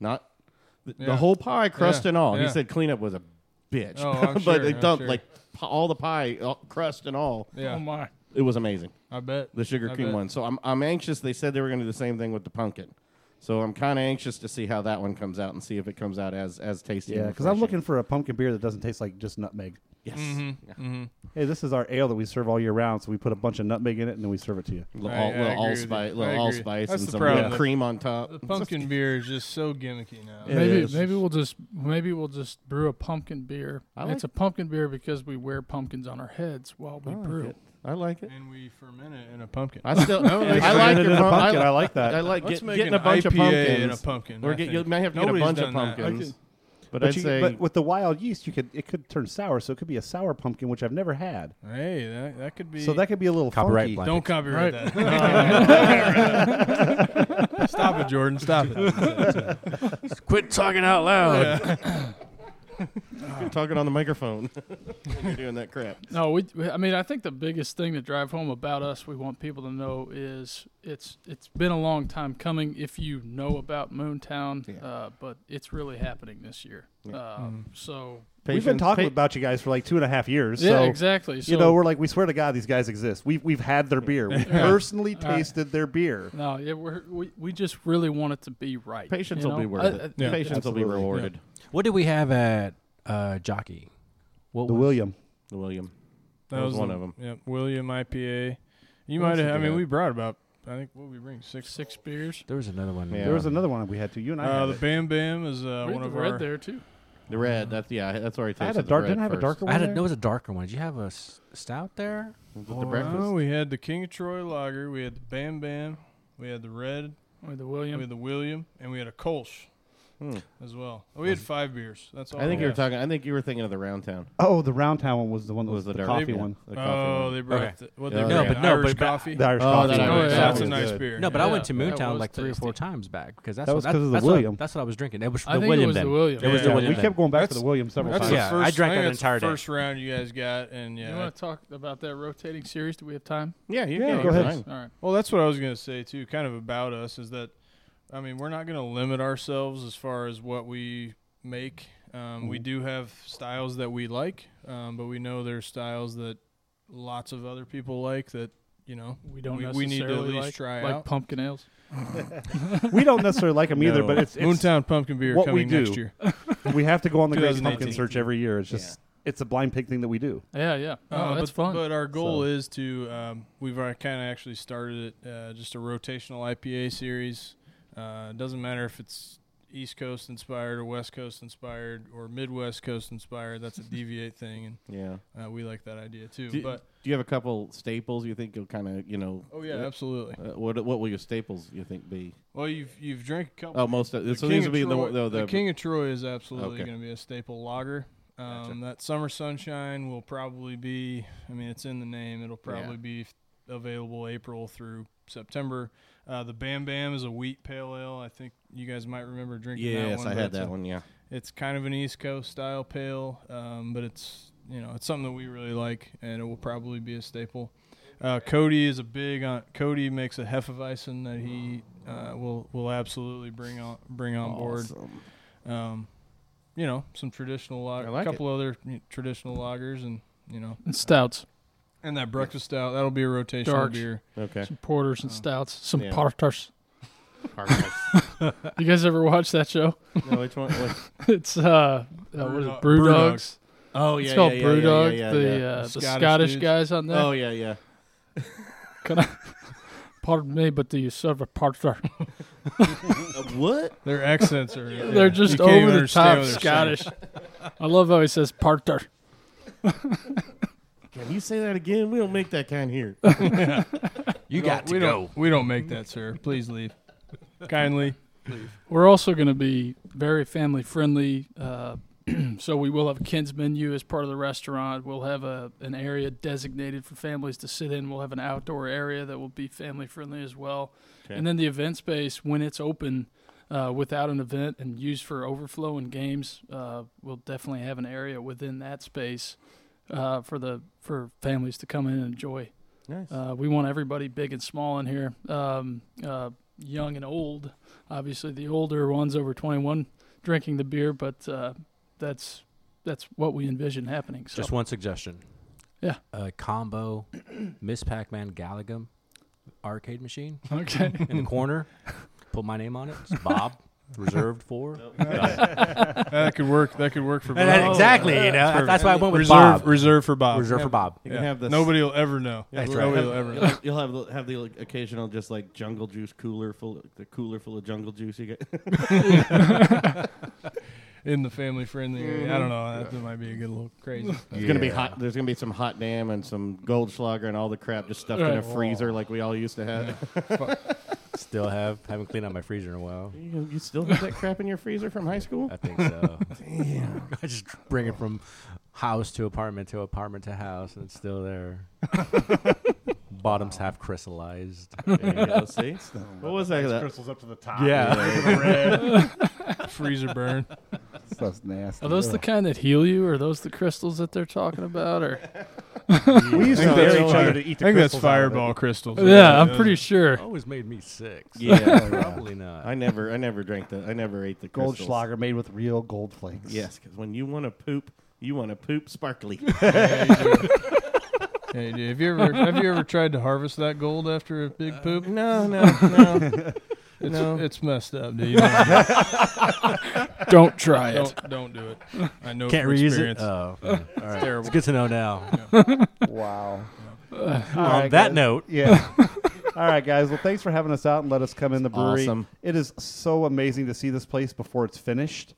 Speaker 4: Not the, the
Speaker 3: Yeah.
Speaker 4: whole pie, crust
Speaker 3: Yeah.
Speaker 4: and all. He
Speaker 3: Yeah.
Speaker 4: said cleanup was a bitch.
Speaker 3: Oh, I'm
Speaker 4: but
Speaker 3: sure,
Speaker 4: they
Speaker 3: I'm
Speaker 4: dumped
Speaker 3: sure.
Speaker 4: like p- all the pie, all, uh, crust and all.
Speaker 3: Yeah.
Speaker 6: Oh my!
Speaker 4: It was amazing.
Speaker 3: I bet.
Speaker 4: the sugar
Speaker 3: I
Speaker 4: cane
Speaker 3: bet.
Speaker 4: one. So I'm I'm anxious. They said they were going to do the same thing with the pumpkin. So I'm kind of anxious to see how that one comes out and see if it comes out as as tasty.
Speaker 2: Yeah,
Speaker 4: and
Speaker 2: because I'm looking for a pumpkin beer that doesn't taste like just nutmeg.
Speaker 4: Yes.
Speaker 3: Mhm,
Speaker 4: Yeah.
Speaker 3: mhm.
Speaker 2: Hey, this is our ale that we serve all year round. So we put a bunch of nutmeg in it and then we serve it to you.
Speaker 4: Little al- little allspice, little allspice, and some
Speaker 3: problem.
Speaker 4: real cream on top.
Speaker 3: The pumpkin beer is just so gimmicky now.
Speaker 6: maybe maybe we'll just maybe we'll just brew a pumpkin beer.
Speaker 4: I
Speaker 6: And it's a pumpkin beer because we wear pumpkins on our heads while we
Speaker 4: I like
Speaker 6: brew.
Speaker 4: it. I like it.
Speaker 3: And we ferment it in a pumpkin.
Speaker 4: I still, I like your pump- li- I like
Speaker 3: Let's
Speaker 4: get,
Speaker 3: make
Speaker 4: getting
Speaker 3: an
Speaker 4: a bunch of
Speaker 3: IPA
Speaker 4: pumpkins
Speaker 3: in a pumpkin.
Speaker 4: Or
Speaker 3: I
Speaker 4: get,
Speaker 3: think.
Speaker 4: you may have to get a
Speaker 3: Nobody's
Speaker 4: bunch of
Speaker 3: done that. I
Speaker 4: pumpkins.
Speaker 3: could-
Speaker 4: But,
Speaker 2: you
Speaker 4: I'd
Speaker 2: could-
Speaker 4: say
Speaker 2: but with the wild yeast, you could it could turn sour, so it could be a sour pumpkin, which I've never had.
Speaker 3: Hey, that, that could be.
Speaker 2: So that could be a little
Speaker 5: Copyright
Speaker 2: funky.
Speaker 5: blanket.
Speaker 3: Don't copyright
Speaker 6: Right.
Speaker 3: that. Stop it, Jordan. Stop it.
Speaker 8: Quit talking out loud.
Speaker 4: you're talking on the microphone. when you're doing that crap.
Speaker 6: No, we, we- I mean, I think the biggest thing to drive home about us, we want people to know, is it's it's been a long time coming. If you know about Moontown,
Speaker 4: Yeah.
Speaker 6: uh, but it's really happening this year. Uh, So
Speaker 2: We've been talking about you guys for like two and a half years.
Speaker 6: Yeah,
Speaker 2: so,
Speaker 6: exactly.
Speaker 2: you
Speaker 6: So-
Speaker 2: know, we're like, we swear to God, these guys exist. We've we've had their beer. We personally
Speaker 6: All right.
Speaker 2: tasted their beer.
Speaker 6: no, yeah, we're, we we just really want it to be right.
Speaker 4: Patience
Speaker 6: you
Speaker 4: will be
Speaker 6: know?
Speaker 4: worth
Speaker 6: I- I-
Speaker 4: it. Patience will be
Speaker 2: Absolutely.
Speaker 4: rewarded.
Speaker 5: What did we have at uh, Jockey? What
Speaker 2: The
Speaker 5: was-
Speaker 2: William.
Speaker 4: The William.
Speaker 3: That was
Speaker 4: one
Speaker 3: the-
Speaker 4: of them.
Speaker 3: Yep, William IPA. You
Speaker 4: What
Speaker 3: might
Speaker 4: else
Speaker 3: have.
Speaker 4: did
Speaker 3: I
Speaker 4: we
Speaker 3: mean,
Speaker 4: have?
Speaker 3: we brought about. I think what we bring six.
Speaker 6: Six beers.
Speaker 5: There was another one.
Speaker 4: Yeah.
Speaker 2: There was another one we had too. You and I.
Speaker 3: Uh,
Speaker 2: had
Speaker 3: the
Speaker 2: it.
Speaker 3: Bam Bam is uh,
Speaker 6: Read
Speaker 3: one
Speaker 6: the
Speaker 3: of
Speaker 6: red
Speaker 3: our.
Speaker 6: there too.
Speaker 4: The red. That's yeah. That's where I tasted.
Speaker 2: I had a
Speaker 4: the
Speaker 2: dark.
Speaker 4: red
Speaker 2: Didn't I have a
Speaker 4: first.
Speaker 2: darker
Speaker 5: I
Speaker 2: one?
Speaker 5: had a,
Speaker 2: there?
Speaker 5: there was a darker one. Did you have a s- stout there?
Speaker 4: With
Speaker 5: Or-
Speaker 4: the breakfast.
Speaker 3: Oh, we had the King of Troy Lager. We had the Bam Bam. We had the Red.
Speaker 6: Or the
Speaker 3: We
Speaker 6: William.
Speaker 3: had the William, and we had a Kolsch
Speaker 4: Hmm.
Speaker 3: as well. We had five beers. That's all.
Speaker 4: I think
Speaker 3: we
Speaker 4: you were
Speaker 3: had.
Speaker 4: talking. I think you were thinking of the Round Town.
Speaker 2: Oh, the round town one was the one that was,
Speaker 4: Was the
Speaker 2: the,
Speaker 4: dark-
Speaker 2: coffee
Speaker 3: yeah.
Speaker 2: one.
Speaker 4: The coffee
Speaker 3: Oh,
Speaker 4: one.
Speaker 3: they brought
Speaker 5: Okay.
Speaker 3: the, what
Speaker 4: Yeah,
Speaker 3: they
Speaker 4: no,
Speaker 3: brought
Speaker 5: but no,
Speaker 3: Irish
Speaker 5: but ba-
Speaker 3: coffee.
Speaker 2: The Irish
Speaker 4: Oh,
Speaker 2: coffee.
Speaker 4: that
Speaker 2: one.
Speaker 4: Irish
Speaker 3: Oh, yeah,
Speaker 4: That
Speaker 3: that's a
Speaker 4: was
Speaker 3: nice
Speaker 4: good.
Speaker 3: beer.
Speaker 5: No, but I went
Speaker 6: Yeah,
Speaker 5: to
Speaker 6: that
Speaker 5: Moontown
Speaker 6: was
Speaker 5: like three or four
Speaker 6: tasty.
Speaker 5: times back because that's
Speaker 2: That
Speaker 5: what,
Speaker 2: was
Speaker 5: that's,
Speaker 2: 'cause of the
Speaker 5: that's what-
Speaker 2: William.
Speaker 5: that's what I was drinking. It was the
Speaker 6: I think it
Speaker 5: William
Speaker 6: was the
Speaker 5: then.
Speaker 6: William.
Speaker 5: It was
Speaker 3: Yeah.
Speaker 5: the
Speaker 2: Yeah,
Speaker 5: William.
Speaker 2: we kept going back to
Speaker 3: That's-
Speaker 2: the William several
Speaker 3: That's
Speaker 2: times.
Speaker 3: the
Speaker 5: Yeah, I
Speaker 3: first,
Speaker 5: drank
Speaker 3: think
Speaker 5: that
Speaker 3: that's
Speaker 5: entire
Speaker 3: the
Speaker 5: day.
Speaker 3: First round you guys got, and yeah.
Speaker 6: You want to talk about that rotating series? Do we have time?
Speaker 4: Yeah, you
Speaker 2: Yeah,
Speaker 4: can
Speaker 2: go
Speaker 4: have
Speaker 2: ahead.
Speaker 4: mine.
Speaker 6: All right.
Speaker 3: Well, that's what I was going to say too. Kind of about us is that, I mean, we're not going to limit ourselves as far as what we make. Um,
Speaker 6: Mm-hmm.
Speaker 3: We do have styles that we like, um, but we know there's styles that lots of other people like that you know
Speaker 6: We don't
Speaker 3: we, we
Speaker 6: necessarily
Speaker 3: need to at least
Speaker 6: like,
Speaker 3: try
Speaker 6: like
Speaker 3: out.
Speaker 6: pumpkin ales.
Speaker 2: we don't necessarily like them either,
Speaker 5: No.
Speaker 2: but it's, it's
Speaker 3: Moontown pumpkin beer
Speaker 2: what we
Speaker 3: coming next
Speaker 2: do.
Speaker 3: year.
Speaker 2: we have to go on the great pumpkin
Speaker 3: 2018.
Speaker 2: search every year. It's just it's a blind pig thing that we do.
Speaker 6: Yeah, yeah. Oh,
Speaker 3: Uh,
Speaker 6: that's
Speaker 3: but,
Speaker 6: fun.
Speaker 3: But our goal
Speaker 2: So-
Speaker 3: is to um, we've kind of actually started it uh, just a rotational IPA series. Uh, it doesn't matter if it's East Coast inspired or West Coast inspired or Midwest Coast inspired. That's a deviate thing,
Speaker 4: Yeah.
Speaker 3: and uh, we like that idea too.
Speaker 4: Do,
Speaker 3: but
Speaker 4: do you have a couple staples you think you'll kind of you know?
Speaker 3: oh yeah, absolutely.
Speaker 4: Uh, what what will your staples you think be?
Speaker 3: Well, you've you've drank a couple.
Speaker 4: Oh, most of
Speaker 3: The
Speaker 4: so
Speaker 3: King
Speaker 4: these
Speaker 3: of
Speaker 4: will be
Speaker 3: Troy-
Speaker 4: the, the, the,
Speaker 3: King of Troy is absolutely
Speaker 4: Okay.
Speaker 3: going to be a staple lager. Um, That summer sunshine will probably be. I mean, it's in the name. It'll probably
Speaker 4: Yeah.
Speaker 3: be f- available April through September. Uh, the Bam Bam is a wheat pale ale. I think you guys might remember drinking that
Speaker 4: Yes,
Speaker 3: one.
Speaker 4: I
Speaker 3: but
Speaker 4: had
Speaker 3: it's a-
Speaker 4: that one. Yeah.
Speaker 3: It's kind of an East Coast style pale, um, but it's you know it's something that we really like, and it will probably be a staple. Uh, Cody is a big on. Cody makes a hefeweizen that he uh, will will absolutely bring on bring on board
Speaker 4: Awesome.
Speaker 3: um, you know, some traditional
Speaker 4: I
Speaker 3: lager,
Speaker 4: like
Speaker 3: a couple other you know, traditional lagers, and you know,
Speaker 6: and stouts,
Speaker 3: and that breakfast stout that'll be a rotational
Speaker 6: Darks.
Speaker 3: beer.
Speaker 4: Okay.
Speaker 6: some porters
Speaker 3: Oh.
Speaker 6: and stouts, some
Speaker 4: Yeah.
Speaker 6: parters.
Speaker 4: no,
Speaker 3: Uh,
Speaker 6: You guys ever watch that show?
Speaker 4: which one? Which,
Speaker 6: It's uh, uh what is
Speaker 3: Brewdog-
Speaker 6: it? Brew
Speaker 3: Brewdog.
Speaker 6: Dogs.
Speaker 4: oh
Speaker 6: It's called Brew Dog. the uh, the
Speaker 3: Scottish
Speaker 6: Scottish,
Speaker 3: dudes.
Speaker 6: guys on there.
Speaker 4: oh yeah, yeah.
Speaker 6: Can I, pardon me, but do you serve a parter?
Speaker 4: what?
Speaker 3: Their accents are yeah.
Speaker 6: They're just
Speaker 3: You can't even
Speaker 6: over the
Speaker 3: understand
Speaker 6: top
Speaker 3: what they're saying.
Speaker 6: Scottish. I love how he says parter.
Speaker 4: Can you say that again? We don't make that kind here.
Speaker 8: You
Speaker 3: We
Speaker 8: got
Speaker 3: don't-
Speaker 8: to go.
Speaker 3: we Don't, we don't make that, sir. Please leave. Kindly.
Speaker 6: We're also going to be very family friendly. Uh, so we will have a kids menu as part of the restaurant. We'll have a an area designated for families to sit in. We'll have an outdoor area that will be family friendly as well.
Speaker 4: Okay.
Speaker 6: And then the event space, when it's open uh, without an event and used for overflow and games, uh, we'll definitely have an area within that space uh, for the for families to come in and enjoy.
Speaker 4: nice.
Speaker 6: Uh, we want everybody big and small in here, um, uh, young and old. Obviously, the older ones over 21 drinking the beer, but uh, that's that's what we envision happening. So
Speaker 5: Just one suggestion.
Speaker 6: Yeah.
Speaker 5: Uh, combo Miss Pac Man Gallagher arcade machine.
Speaker 6: Okay.
Speaker 5: In the corner. Put my name on it. It's Bob. reserved for.
Speaker 3: that could work. That could work for
Speaker 5: And that-
Speaker 3: Bob.
Speaker 5: exactly, you know,
Speaker 3: That's
Speaker 5: that's
Speaker 3: perfect.
Speaker 5: why I went with
Speaker 3: reserve,
Speaker 5: Bob.
Speaker 3: Reserve for Bob.
Speaker 5: Reserve for Bob.
Speaker 4: You can have this.
Speaker 3: Nobody will ever know. Nobody will ever.
Speaker 4: You'll, you'll have the, have the like, occasional just like jungle juice cooler full the cooler full of jungle juice you get.
Speaker 3: in the family friendly area. I don't know. That, that might be a good little crazy.
Speaker 4: It's gonna be hot. There's gonna be some hot damn and some Goldschlager and all the crap just stuffed in a
Speaker 3: Right.
Speaker 4: freezer like we all used to have.
Speaker 5: Still have. Haven't cleaned out my freezer in a while.
Speaker 4: you, you still have that crap in your freezer from high school?
Speaker 5: I think so.
Speaker 4: Damn.
Speaker 5: I just bring it from house to apartment to apartment to house, and it's still there. Bottom's half crystallized.
Speaker 4: There you go, see? What was that?
Speaker 2: Ice
Speaker 4: that-
Speaker 2: crystals up to the top.
Speaker 5: Yeah.
Speaker 3: Freezer burn.
Speaker 2: Stuff's nasty.
Speaker 6: Are those the kind that heal you? Or are those the crystals that they're talking about? Or
Speaker 2: We used to
Speaker 3: I think
Speaker 2: dare
Speaker 3: that's
Speaker 2: each
Speaker 3: fire-
Speaker 2: other to eat the
Speaker 3: I think that's
Speaker 2: crystals out of it.
Speaker 3: fireball crystals.
Speaker 6: yeah, I'm pretty sure.
Speaker 5: Always made me sick. so
Speaker 4: Yeah, yeah.
Speaker 5: probably not.
Speaker 4: I never, I never drank the, I never ate the
Speaker 2: gold
Speaker 4: crystals.
Speaker 2: schlager made with real gold flakes.
Speaker 4: Yes, because when you want to poop, you want to poop sparkly.
Speaker 3: Hey, dude, have you ever have you ever tried to harvest that gold after a big poop?
Speaker 4: no, no, no.
Speaker 3: It's,
Speaker 4: no.
Speaker 3: it's messed up, dude. You don't-
Speaker 6: Don't try it.
Speaker 3: don't don't do it. I know
Speaker 5: Can't
Speaker 3: from
Speaker 5: reuse
Speaker 3: experience.
Speaker 5: it. Oh, yeah. all right.
Speaker 3: terrible.
Speaker 5: It's good to know now.
Speaker 2: Wow.
Speaker 5: On that note,
Speaker 2: Yeah. All right, guys. Well, thanks for having us out and let us come in the brewery.
Speaker 4: Awesome.
Speaker 2: It is so amazing to see this place before it's finished.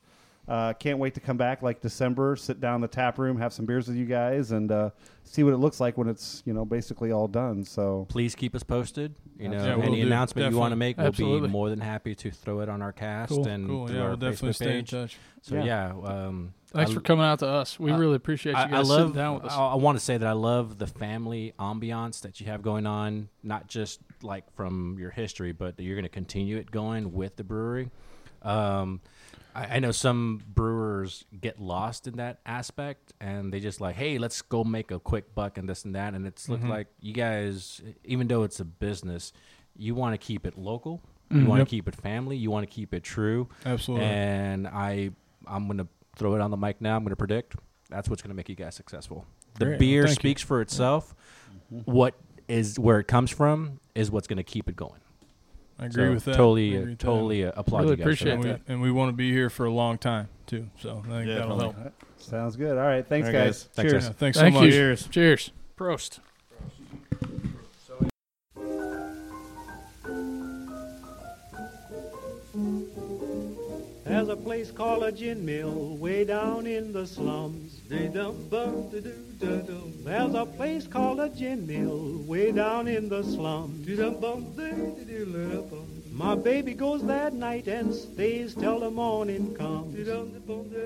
Speaker 2: Uh, can't wait to come back like December, sit down in the tap room, have some beers with you guys, and uh, see what it looks like when it's you know basically all done. So
Speaker 5: please keep us posted. You know,
Speaker 3: Yeah, we'll
Speaker 5: any
Speaker 3: do.
Speaker 5: announcement you want to
Speaker 3: Definitely.
Speaker 5: make, we'll
Speaker 6: Absolutely.
Speaker 5: be more than happy to throw it on our cast
Speaker 6: Cool.
Speaker 5: and
Speaker 3: Cool.
Speaker 5: through
Speaker 3: Yeah,
Speaker 5: our
Speaker 3: we'll definitely
Speaker 5: Facebook
Speaker 3: stay in
Speaker 5: page.
Speaker 3: touch.
Speaker 5: So yeah, um,
Speaker 6: Thanks
Speaker 5: I-
Speaker 6: for coming out to us. We
Speaker 5: I-
Speaker 6: really appreciate you guys sitting down with us.
Speaker 5: I, want to say that I love the family ambiance that you have going on, not just like from your history, but that you're going to continue it going with the brewery. Um, I, I know some brewers get lost in that aspect, and they just like, hey, let's go make a quick buck and this and that. And it's looked
Speaker 6: Mm-hmm.
Speaker 5: like you guys, e, even though it's a business, you want to keep it local. You
Speaker 6: Mm-hmm.
Speaker 5: want to keep it family. You want to keep it true.
Speaker 3: Absolutely.
Speaker 5: And I, I'm gonna throw it on the mic now. I'm gonna predict that's what's gonna make you guys successful. The
Speaker 3: Great.
Speaker 5: beer
Speaker 3: Thank you. Mm-hmm.
Speaker 5: speaks for itself. What is where it comes from is what's gonna keep it going.
Speaker 3: I agree
Speaker 5: So
Speaker 3: with that.
Speaker 5: Totally,
Speaker 3: I agree with that.
Speaker 5: totally uh, applaud
Speaker 6: Really
Speaker 5: you guys. for
Speaker 6: appreciate
Speaker 5: that.
Speaker 3: And we,
Speaker 6: that.
Speaker 3: and we want to be here for a long time too. So I think that'll
Speaker 4: Definitely.
Speaker 3: help.
Speaker 2: sounds good. All right, thanks,
Speaker 4: All right,
Speaker 2: guys.
Speaker 4: guys.
Speaker 5: Thanks,
Speaker 3: Yeah,
Speaker 5: guys.
Speaker 3: thanks
Speaker 6: Thank
Speaker 3: so much.
Speaker 6: you. Cheers. Prost.
Speaker 1: There's a place called a gin mill way down in the slums. There's a place called a gin mill way down in the slums. My baby goes that night and stays till the morning comes.